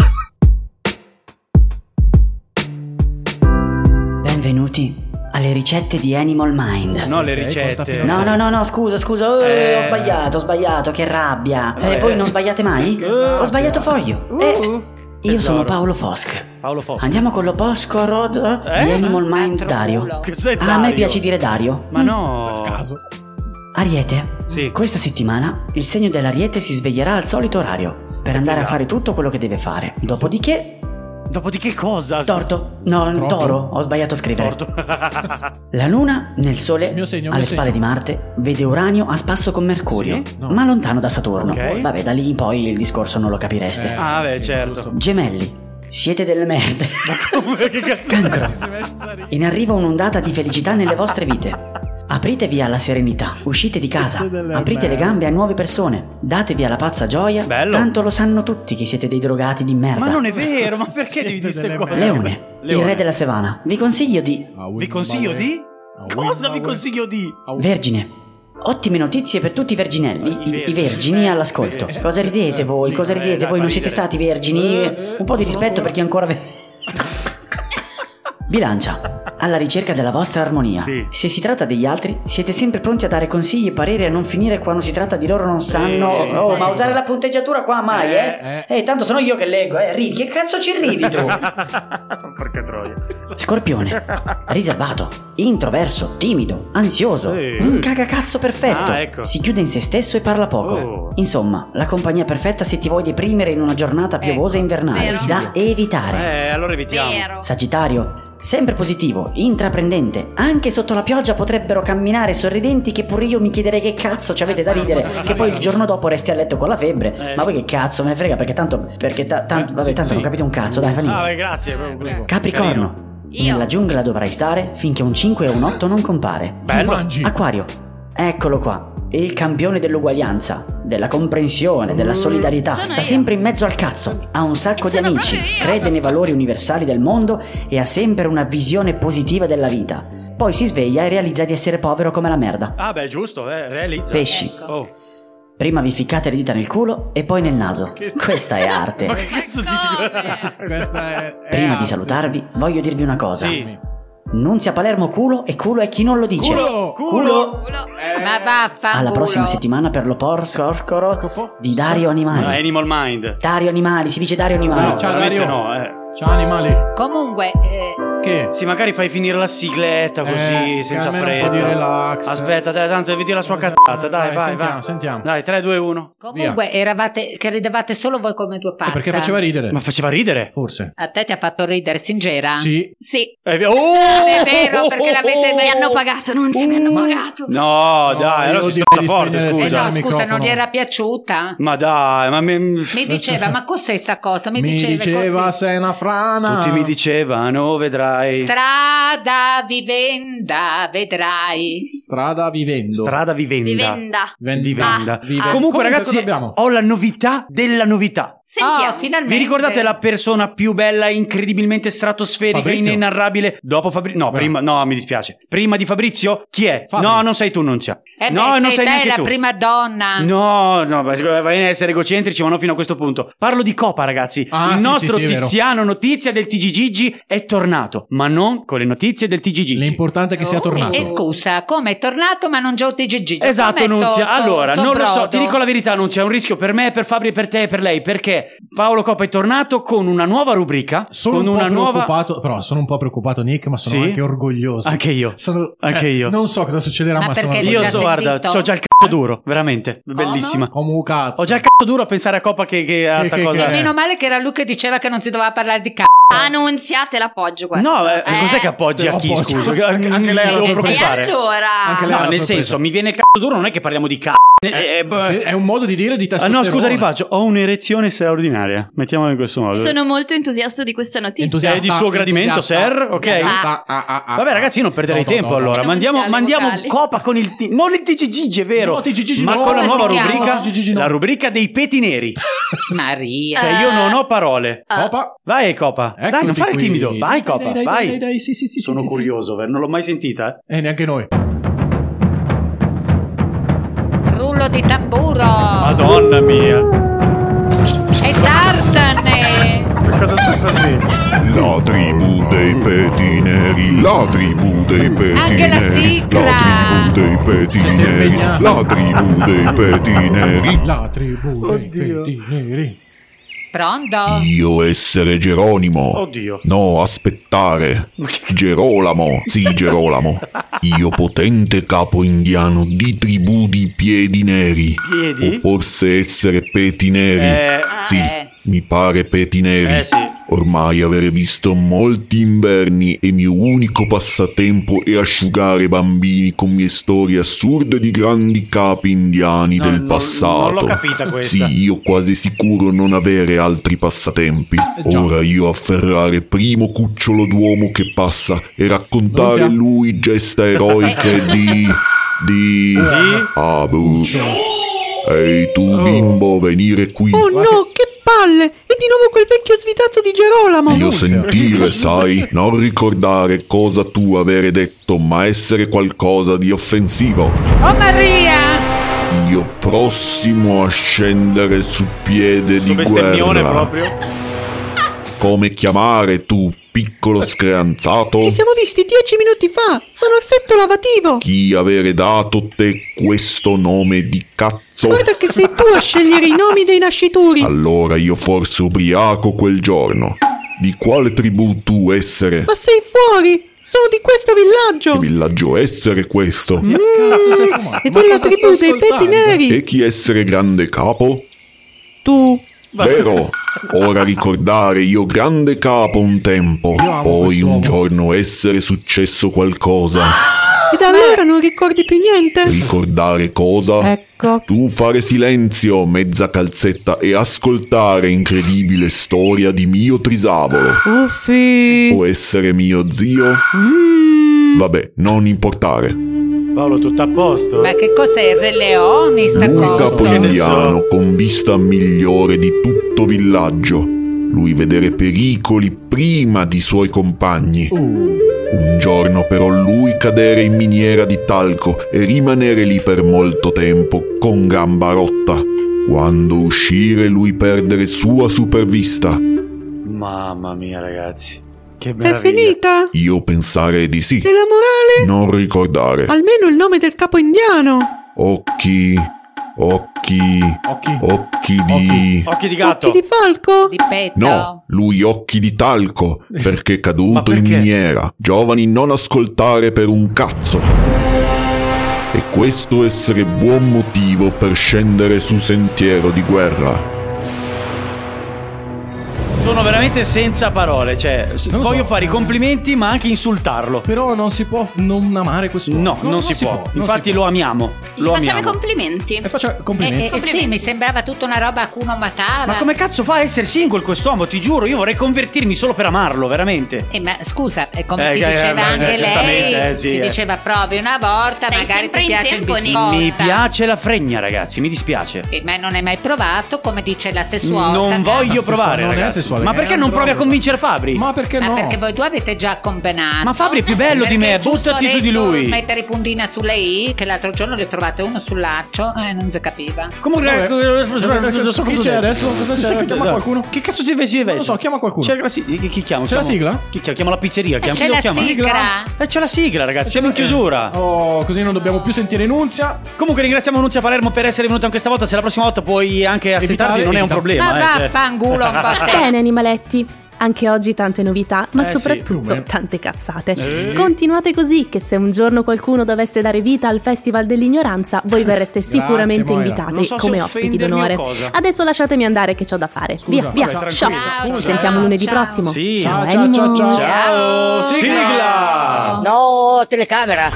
[SPEAKER 13] Benvenuti alle ricette di Animal Mind.
[SPEAKER 3] No, le ricette.
[SPEAKER 13] No, no, no, no, scusa, scusa, oh,
[SPEAKER 3] Eh.
[SPEAKER 13] ho sbagliato, ho sbagliato, che rabbia. Eh,
[SPEAKER 3] Eh.
[SPEAKER 13] voi non sbagliate mai? ho sbagliato foglio. Eh, io sono Paolo Fosca.
[SPEAKER 3] uh, Paolo Eh? Fosca.
[SPEAKER 13] Andiamo con l'oposco Rod di Animal Mind Dario.
[SPEAKER 3] Cos'è
[SPEAKER 13] Ah, A me
[SPEAKER 3] Dario?
[SPEAKER 13] piace dire Mm. Dario.
[SPEAKER 3] oh. Ma no.
[SPEAKER 13] Ariete, questa settimana il segno dell'Ariete si sveglierà al solito orario per andare a fare tutto quello che deve fare. Dopodiché.
[SPEAKER 3] Dopodiché cosa?
[SPEAKER 13] Torto. No,
[SPEAKER 3] Torto?
[SPEAKER 13] toro. Ho sbagliato a scrivere.
[SPEAKER 3] Torto.
[SPEAKER 13] La luna nel sole alle
[SPEAKER 3] mio segno.
[SPEAKER 13] spalle di Marte vede Uranio a spasso con Mercurio, ma lontano da Saturno.
[SPEAKER 3] Ok.
[SPEAKER 13] Vabbè, da lì in poi il discorso non lo capireste.
[SPEAKER 3] ah, beh, certo.
[SPEAKER 13] Gemelli, siete delle merde.
[SPEAKER 3] che cazzo?
[SPEAKER 13] Cancro. In arrivo un'ondata di felicità nelle vostre vite. Apritevi alla serenità, uscite di casa,
[SPEAKER 14] Siete delle
[SPEAKER 13] aprite le
[SPEAKER 14] merde.
[SPEAKER 13] gambe a nuove persone, datevi alla pazza gioia, tanto lo sanno tutti che siete dei drogati di merda.
[SPEAKER 3] Ma non è vero, ma perché devi dire queste cose?
[SPEAKER 13] Leone, il re della Sevana, vi consiglio di...
[SPEAKER 3] Vi consiglio di? Cosa vi consiglio di?
[SPEAKER 13] Vergine. Ottime notizie per tutti i verginelli, i- i,
[SPEAKER 3] Eh,
[SPEAKER 13] vergini all'ascolto. Cosa ridete voi? Cosa ridete voi? Non siete stati vergini? Un po' di rispetto per chi è ancora ve- Bilancia, alla ricerca della vostra armonia. Ah, Se si tratta degli altri, siete sempre pronti a dare consigli e pareri a non finire quando si tratta di loro non sanno.
[SPEAKER 14] sì.
[SPEAKER 13] Oh, ma usare la punteggiatura qua mai, eh? Eh,
[SPEAKER 14] Eh,
[SPEAKER 13] tanto sono io che leggo, eh. Ridi, che cazzo ci ridi tu?
[SPEAKER 3] eh, Porca troia.
[SPEAKER 13] Scorpione, riservato, introverso, timido, ansioso, un cagacazzo perfetto.
[SPEAKER 14] Ah, ecco.
[SPEAKER 13] Si chiude in se stesso e parla poco.
[SPEAKER 14] Oh.
[SPEAKER 13] Insomma, la compagnia perfetta se ti vuoi deprimere in una giornata
[SPEAKER 12] Ecco.
[SPEAKER 13] piovosa e invernale,
[SPEAKER 3] vero.
[SPEAKER 13] da evitare.
[SPEAKER 3] Eh, allora evitiamo.
[SPEAKER 13] Sagittario, sempre positivo, intraprendente, anche sotto la pioggia potrebbero camminare sorridenti che pure io mi chiederei che cazzo ci avete da ridere, che poi il giorno dopo resti a letto con la febbre,
[SPEAKER 3] Eh.
[SPEAKER 13] ma voi che cazzo me ne frega perché tanto, perché ta- tanto, vabbè, tanto non capite un cazzo, dai, fa niente.
[SPEAKER 3] Ah, beh, grazie. è proprio quello.
[SPEAKER 13] Capricorno. Nella giungla dovrai stare finché un 5 e un 8 non compare.
[SPEAKER 3] Bello. Jumanji.
[SPEAKER 13] Acquario. Eccolo qua. Il campione dell'uguaglianza, della comprensione, della solidarietà.
[SPEAKER 14] Sono
[SPEAKER 13] Sta
[SPEAKER 14] io.
[SPEAKER 13] sempre in mezzo al cazzo. Ha un sacco di
[SPEAKER 14] Sono
[SPEAKER 13] amici,
[SPEAKER 14] proprio io.
[SPEAKER 13] crede nei valori universali del mondo e ha sempre una visione positiva della vita. Poi si sveglia e realizza di essere povero come la merda.
[SPEAKER 3] Ah, beh, giusto, eh, realizza.
[SPEAKER 13] Pesci.
[SPEAKER 3] Oh.
[SPEAKER 13] Prima vi ficcate le dita nel culo e poi nel naso. Questa è arte.
[SPEAKER 3] Ma che cazzo dici?
[SPEAKER 4] Questa è.
[SPEAKER 13] Prima di salutarvi, voglio dirvi una cosa. Nunzia Palermo culo e culo è chi non lo dice.
[SPEAKER 14] Culo,
[SPEAKER 13] Culo.
[SPEAKER 1] Ma vaffanculo.
[SPEAKER 13] Alla prossima settimana per lo porco di Dario
[SPEAKER 3] No,
[SPEAKER 13] Animali.
[SPEAKER 3] Animal Mind.
[SPEAKER 13] Dario Animali, si dice Dario Animali.
[SPEAKER 3] No, veramente no, eh.
[SPEAKER 4] Ciao animali.
[SPEAKER 1] Comunque, eh,
[SPEAKER 4] Che?
[SPEAKER 3] Sì, magari fai finire la sigletta così,
[SPEAKER 4] Eh,
[SPEAKER 3] senza
[SPEAKER 4] almeno un po'
[SPEAKER 3] fretta.
[SPEAKER 4] di relax.
[SPEAKER 3] Aspetta, dai, tanto devi dire la sua cazzata. Dai,
[SPEAKER 4] Dai,
[SPEAKER 3] vai,
[SPEAKER 4] sentiamo,
[SPEAKER 3] vai.
[SPEAKER 4] sentiamo.
[SPEAKER 3] Dai, 3, 2, 1.
[SPEAKER 1] comunque eravate, che ridevate solo voi come due pazze.
[SPEAKER 4] Eh, Perché faceva ridere.
[SPEAKER 3] Ma faceva ridere?
[SPEAKER 4] Forse.
[SPEAKER 1] A te ti ha fatto ridere, Singera?
[SPEAKER 4] Sì.
[SPEAKER 2] Sì.
[SPEAKER 3] Eh, vi- oh!
[SPEAKER 2] Non è vero, perché l'avete
[SPEAKER 3] Oh!
[SPEAKER 2] mi hanno pagato, non si mi hanno pagato.
[SPEAKER 3] No, dai,
[SPEAKER 4] io
[SPEAKER 3] allora si
[SPEAKER 4] direi
[SPEAKER 3] sta
[SPEAKER 4] di
[SPEAKER 3] forte,
[SPEAKER 4] spegnere
[SPEAKER 3] scusa.
[SPEAKER 1] eh no, scusa, non gli era piaciuta?
[SPEAKER 3] Ma dai, ma mi...
[SPEAKER 1] Mi diceva, ma cos'è sta cosa? Mi,
[SPEAKER 3] Mi
[SPEAKER 1] diceva,
[SPEAKER 3] diceva
[SPEAKER 1] così.
[SPEAKER 4] sei una frana.
[SPEAKER 3] Tutti mi dicevano, vedrai. vedrai.
[SPEAKER 1] Strada vivenda vedrai.
[SPEAKER 4] Strada vivendo.
[SPEAKER 3] Strada vivenda.
[SPEAKER 1] Vivenda.
[SPEAKER 3] Vivenda.
[SPEAKER 4] Ah, vivenda.
[SPEAKER 3] Comunque,
[SPEAKER 4] Comunque,
[SPEAKER 3] ragazzi,
[SPEAKER 4] cosa abbiamo?
[SPEAKER 3] ho la novità della novità.
[SPEAKER 1] Sentiamo. finalmente.
[SPEAKER 3] Vi ricordate la persona più bella, incredibilmente stratosferica,
[SPEAKER 4] Fabrizio.
[SPEAKER 3] inenarrabile? Dopo Fabrizio? No, prima, no, mi dispiace. Prima di Fabrizio? Chi è?
[SPEAKER 4] Fabri.
[SPEAKER 3] No, non sei tu, non c'è.
[SPEAKER 1] Eh
[SPEAKER 3] no,
[SPEAKER 1] beh,
[SPEAKER 3] non
[SPEAKER 1] sei
[SPEAKER 3] sei
[SPEAKER 1] te
[SPEAKER 3] neanche
[SPEAKER 1] la
[SPEAKER 3] tu.
[SPEAKER 1] prima donna.
[SPEAKER 3] No, no, ma secondo me va bene essere egocentrici, ma non fino a questo punto. Parlo di Copa, ragazzi.
[SPEAKER 4] Ah,
[SPEAKER 3] Il
[SPEAKER 4] sì,
[SPEAKER 3] nostro
[SPEAKER 4] sì, sì, è vero.
[SPEAKER 3] Tiziano Notizia del TGGG è tornato, ma non con le notizie del TGGG. L'importante è che sia
[SPEAKER 1] Oh, E scusa, come è tornato ma non già TGG?
[SPEAKER 3] Esatto,
[SPEAKER 1] Com'è sto-
[SPEAKER 3] Nunzia.
[SPEAKER 1] sto-
[SPEAKER 3] allora,
[SPEAKER 1] sto
[SPEAKER 3] non lo so,
[SPEAKER 1] brodo?
[SPEAKER 3] ti dico la verità, Nunzia, è un rischio per me, per Fabri, per te e per lei, perché Paolo Coppa è tornato con una nuova rubrica,
[SPEAKER 4] Sono
[SPEAKER 3] con
[SPEAKER 4] un po'
[SPEAKER 3] una nuova
[SPEAKER 4] preoccupato, però sono un po' preoccupato Nick, ma sono
[SPEAKER 3] Sì?
[SPEAKER 4] anche orgoglioso.
[SPEAKER 3] Anche io.
[SPEAKER 4] Sono-
[SPEAKER 3] Anche
[SPEAKER 4] cioè,
[SPEAKER 3] io.
[SPEAKER 4] Non so cosa succederà,
[SPEAKER 3] Ma
[SPEAKER 4] ma, sono
[SPEAKER 3] io so, guarda, ho già il c***o duro, veramente, bellissima.
[SPEAKER 4] cazzo.
[SPEAKER 3] Ho già il c***o duro a pensare a Coppa che, che a
[SPEAKER 4] Che-
[SPEAKER 3] sta
[SPEAKER 4] che-
[SPEAKER 3] cosa.
[SPEAKER 1] E meno male che era lui che diceva che non si doveva parlare di c***o.
[SPEAKER 2] Annunzia, te l'appoggio questa.
[SPEAKER 3] No, eh,
[SPEAKER 2] Eh?
[SPEAKER 3] cos'è che appoggi a chi,
[SPEAKER 4] Appoggio.
[SPEAKER 3] scusa? Anche,
[SPEAKER 4] lei
[SPEAKER 2] era sorpresa. E allora? Anche lei
[SPEAKER 3] No,
[SPEAKER 4] era
[SPEAKER 3] nel
[SPEAKER 4] sorpresa.
[SPEAKER 3] senso, mi viene il c***o duro, non è che parliamo di c***o. Eh, eh,
[SPEAKER 4] Sì, è un modo di dire di
[SPEAKER 3] Ah,
[SPEAKER 4] testosterone.
[SPEAKER 3] no, scusa, rifaccio. Ho un'erezione straordinaria. Mettiamola in questo modo.
[SPEAKER 2] Sono molto entusiasta di questa notizia.
[SPEAKER 3] Sei di suo gradimento, sir? Ok.
[SPEAKER 4] ah,
[SPEAKER 2] Entusiasta.
[SPEAKER 3] Vabbè, ragazzi, io non perderei
[SPEAKER 4] No, no,
[SPEAKER 3] tempo
[SPEAKER 4] no, no.
[SPEAKER 3] allora.
[SPEAKER 4] Non
[SPEAKER 3] Mandiamo,
[SPEAKER 4] iniziali
[SPEAKER 3] mandiamo
[SPEAKER 4] vocali.
[SPEAKER 3] Copa con il. T- non il TGG, è vero.
[SPEAKER 4] No, TGG
[SPEAKER 3] ma
[SPEAKER 4] no.
[SPEAKER 3] con la
[SPEAKER 4] Come
[SPEAKER 3] nuova
[SPEAKER 4] si chiama?
[SPEAKER 3] rubrica.
[SPEAKER 4] TGG no.
[SPEAKER 3] La rubrica dei peti neri.
[SPEAKER 1] Maria.
[SPEAKER 3] Cioè, io non ho parole.
[SPEAKER 4] Copa.
[SPEAKER 3] Vai, Copa. Dai,
[SPEAKER 4] Eccoti
[SPEAKER 3] non fare il
[SPEAKER 4] qui.
[SPEAKER 3] timido. Vai,
[SPEAKER 4] Dai, dai,
[SPEAKER 3] Copa.
[SPEAKER 4] dai, dai,
[SPEAKER 3] Vai.
[SPEAKER 4] dai, dai, sì, sì, sì,
[SPEAKER 3] Sono
[SPEAKER 4] sì, sì.
[SPEAKER 3] curioso, ver- non l'ho mai sentita. eh.
[SPEAKER 4] E neanche noi.
[SPEAKER 1] Rullo di tamburo.
[SPEAKER 3] Madonna mia.
[SPEAKER 1] E Tarzan.
[SPEAKER 3] Ma cosa sta facendo?
[SPEAKER 14] La tribù dei peti neri, la tribù dei peti
[SPEAKER 1] Anche la
[SPEAKER 14] neri, la tribù dei peti
[SPEAKER 4] Si è
[SPEAKER 14] neri,
[SPEAKER 4] impegnata.
[SPEAKER 14] la tribù dei peti neri.
[SPEAKER 4] La tribù dei peti neri.
[SPEAKER 1] Pronto?
[SPEAKER 14] Io essere Geronimo.
[SPEAKER 3] Oddio.
[SPEAKER 14] No, aspettare. Gerolamo. Sì, Gerolamo. Io potente capo indiano di tribù di piedi neri.
[SPEAKER 3] Piedi?
[SPEAKER 14] O forse essere peti neri.
[SPEAKER 3] Eh.
[SPEAKER 14] Sì, mi pare peti neri.
[SPEAKER 3] Eh, sì.
[SPEAKER 14] Ormai avere visto molti inverni e mio unico passatempo è asciugare bambini con mie storie assurde di grandi capi indiani del passato.
[SPEAKER 3] non l'ho capita questa.
[SPEAKER 14] Sì, io quasi sicuro non avere altri passatempi.
[SPEAKER 3] Eh,
[SPEAKER 14] Ora io afferrare primo cucciolo d'uomo che passa e raccontare
[SPEAKER 4] Nunzia?
[SPEAKER 14] lui gesta eroiche di... di... Abu. Ehi tu bimbo, venire qui.
[SPEAKER 15] Oh no, che palle! E di nuovo quel vecchio svitato di Gerolamo!
[SPEAKER 14] Io sentire, sai, non ricordare cosa tu avere detto, ma essere qualcosa di offensivo.
[SPEAKER 1] Oh Maria.
[SPEAKER 14] Io prossimo a scendere su piede di
[SPEAKER 3] bestemmione
[SPEAKER 14] guerra.
[SPEAKER 3] proprio.
[SPEAKER 14] Come chiamare tu, piccolo screanzato?
[SPEAKER 15] Ci siamo visti dieci minuti fa! Sono al setto lavativo!
[SPEAKER 14] Chi avere dato te questo nome di cazzo?
[SPEAKER 15] Guarda che sei tu a scegliere i nomi dei nascituri!
[SPEAKER 14] Allora io forse ubriaco quel giorno. Di quale tribù tu essere?
[SPEAKER 15] Ma sei fuori! Sono di questo
[SPEAKER 14] Che
[SPEAKER 15] villaggio!
[SPEAKER 14] villaggio essere questo?
[SPEAKER 15] E della tribù dei peti neri!
[SPEAKER 14] E chi essere grande capo?
[SPEAKER 15] Tu!
[SPEAKER 14] Vero? Ora ricordare io grande capo un tempo,
[SPEAKER 15] Io amo
[SPEAKER 14] poi
[SPEAKER 15] quest'uomo.
[SPEAKER 14] un giorno essere successo qualcosa.
[SPEAKER 15] E da allora non ricordi più niente?
[SPEAKER 14] Ricordare cosa?
[SPEAKER 15] Ecco.
[SPEAKER 14] Tu fare silenzio, mezza calzetta e ascoltare incredibile storia di mio trisavolo.
[SPEAKER 15] Uffi! Mm.
[SPEAKER 14] O essere mio zio? Vabbè, non importare.
[SPEAKER 3] Paolo, tutto a posto?
[SPEAKER 1] Ma che cos'è il Re Leoni sta
[SPEAKER 14] Lui
[SPEAKER 1] cosa?
[SPEAKER 14] capo indiano con vista migliore di tutto villaggio. Lui vedere pericoli prima di suoi compagni. Un giorno però lui cadere in miniera di talco e rimanere lì per molto tempo con gamba rotta. Quando uscire lui perdere sua supervista.
[SPEAKER 15] Ah.
[SPEAKER 3] Mamma mia, ragazzi. Che
[SPEAKER 15] È
[SPEAKER 3] meraviglia.
[SPEAKER 15] finita!
[SPEAKER 14] Io pensare di sì.
[SPEAKER 15] E la morale?
[SPEAKER 14] Non ricordare.
[SPEAKER 15] Almeno il nome del capo indiano!
[SPEAKER 14] Occhi, occhi, occhi, di...
[SPEAKER 3] Occhi di gatto.
[SPEAKER 15] Chi di falco?
[SPEAKER 1] Di petto.
[SPEAKER 14] No, lui occhi di talco, perché caduto in miniera. Giovani non ascoltare per un cazzo. E questo essere buon motivo per scendere su sentiero di guerra.
[SPEAKER 3] Sono veramente senza parole, cioè s-
[SPEAKER 4] Non lo
[SPEAKER 3] voglio
[SPEAKER 4] so.
[SPEAKER 3] fare i complimenti ma anche insultarlo.
[SPEAKER 4] Però non si può non amare questo
[SPEAKER 3] No, non,
[SPEAKER 4] non
[SPEAKER 3] si,
[SPEAKER 4] si
[SPEAKER 3] può.
[SPEAKER 4] può, non
[SPEAKER 3] Infatti
[SPEAKER 4] si può.
[SPEAKER 3] lo amiamo.
[SPEAKER 2] Gli
[SPEAKER 3] Lo
[SPEAKER 2] facciamo i
[SPEAKER 3] amiamo.
[SPEAKER 2] complimenti. E
[SPEAKER 4] facciamo
[SPEAKER 1] Eh, eh, sì, mi sembrava tutta una roba a Kuno Matara.
[SPEAKER 3] Ma come cazzo fa a essere single quest'uomo? Ti giuro, io vorrei convertirmi solo per amarlo, veramente.
[SPEAKER 1] Eh, ma scusa, è come
[SPEAKER 3] Eh,
[SPEAKER 1] ti
[SPEAKER 3] eh,
[SPEAKER 1] diceva
[SPEAKER 3] eh,
[SPEAKER 1] anche
[SPEAKER 3] eh, giustamente,
[SPEAKER 1] lei,
[SPEAKER 3] eh, sì,
[SPEAKER 1] ti
[SPEAKER 3] eh.
[SPEAKER 1] diceva provi una volta,
[SPEAKER 2] Sei
[SPEAKER 1] magari
[SPEAKER 2] sempre
[SPEAKER 1] ti
[SPEAKER 2] in
[SPEAKER 1] piace il
[SPEAKER 2] tempo,
[SPEAKER 1] biscotto.
[SPEAKER 3] Mi piace la fregna, ragazzi, mi dispiace.
[SPEAKER 1] Eh, ma non hai mai provato, come dice la sessuota.
[SPEAKER 3] Non
[SPEAKER 4] sessuale,
[SPEAKER 3] voglio provare,
[SPEAKER 4] non è
[SPEAKER 3] ragazzi.
[SPEAKER 4] sessuale,
[SPEAKER 3] Ma
[SPEAKER 4] è
[SPEAKER 3] perché
[SPEAKER 4] un
[SPEAKER 3] non provi a
[SPEAKER 4] brodo.
[SPEAKER 3] convincere Fabri?
[SPEAKER 4] Ma perché
[SPEAKER 1] eh. Ma
[SPEAKER 4] no?
[SPEAKER 1] perché voi due avete già convenato.
[SPEAKER 3] Ma Fabri è più bello
[SPEAKER 1] Perché
[SPEAKER 3] di me,
[SPEAKER 1] è giusto
[SPEAKER 3] buttati su di
[SPEAKER 1] adesso
[SPEAKER 3] lui.
[SPEAKER 1] Mettere i puntina sulle i, che l'altro giorno le trovate uno sul laccio e non si capiva.
[SPEAKER 3] Comunque,
[SPEAKER 4] Vabbè.
[SPEAKER 3] eh, non so
[SPEAKER 4] Chi
[SPEAKER 3] cosa ho
[SPEAKER 4] c'è
[SPEAKER 3] detto.
[SPEAKER 4] adesso? Cosa c'è?
[SPEAKER 3] Non so-
[SPEAKER 4] Chiama
[SPEAKER 3] no.
[SPEAKER 4] qualcuno?
[SPEAKER 3] Che cazzo ci invece
[SPEAKER 4] Non lo so, chiama qualcuno.
[SPEAKER 3] C'è la si- chi, chi chiamo?
[SPEAKER 4] C'è la
[SPEAKER 3] Chiamo-
[SPEAKER 4] sigla?
[SPEAKER 3] Chi chiama? Chiamo la pizzeria. Chiamo,
[SPEAKER 1] Eh, c'è
[SPEAKER 3] chi
[SPEAKER 1] la
[SPEAKER 3] chiama?
[SPEAKER 1] sigla?
[SPEAKER 3] Eh, c'è la sigla, ragazzi. Siamo in chiusura.
[SPEAKER 4] Oh, così non dobbiamo più sentire Nunzia.
[SPEAKER 3] Comunque ringraziamo Nunzia Palermo per essere venuta anche stavolta. Se la prossima volta puoi anche assentarti, non è un
[SPEAKER 4] evita.
[SPEAKER 3] problema.
[SPEAKER 1] Ma
[SPEAKER 3] eh, se-
[SPEAKER 1] vaffanculo un po' te.
[SPEAKER 5] Bene animaletti, anche oggi tante novità, ma
[SPEAKER 3] Eh,
[SPEAKER 5] soprattutto
[SPEAKER 3] sì.
[SPEAKER 5] tante cazzate.
[SPEAKER 3] Eh.
[SPEAKER 5] Continuate così che se un giorno qualcuno dovesse dare vita al Festival dell'ignoranza, voi verreste sicuramente
[SPEAKER 4] Moira.
[SPEAKER 5] invitati
[SPEAKER 3] Eh, Non so se
[SPEAKER 5] come ospiti
[SPEAKER 3] offendermi o
[SPEAKER 5] d'onore.
[SPEAKER 3] cosa.
[SPEAKER 5] Adesso lasciatemi andare che c'ho da fare. via,
[SPEAKER 4] Scusa,
[SPEAKER 5] via,
[SPEAKER 4] vabbè,
[SPEAKER 5] ciao.
[SPEAKER 4] tranquilla,
[SPEAKER 5] Ci
[SPEAKER 4] scusa.
[SPEAKER 5] sentiamo lunedì prossimo.
[SPEAKER 3] Sì.
[SPEAKER 5] Ciao,
[SPEAKER 4] ciao, ciao,
[SPEAKER 5] Animals.
[SPEAKER 4] ciao.
[SPEAKER 3] Ciao, sigla!
[SPEAKER 16] No, telecamera.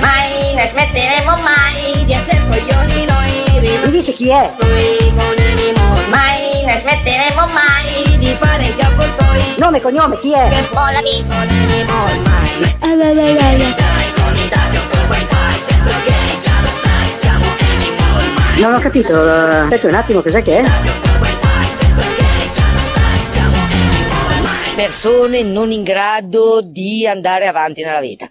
[SPEAKER 12] Mai ne smetteremo mai di essere coglioni noi rim-
[SPEAKER 16] dice chi è?
[SPEAKER 12] Noi con Animal. Mai ne smetteremo mai di fare gli avvoltoi
[SPEAKER 16] Nome e cognome, chi è?
[SPEAKER 12] Che vola via con Animal mai Dai con i dati o col wifi Sempre ok, già lo sai Siamo Animal mai
[SPEAKER 16] Non ho capito. eh, Aspetta un attimo, cos'è che è? Persone non in grado di andare avanti nella vita.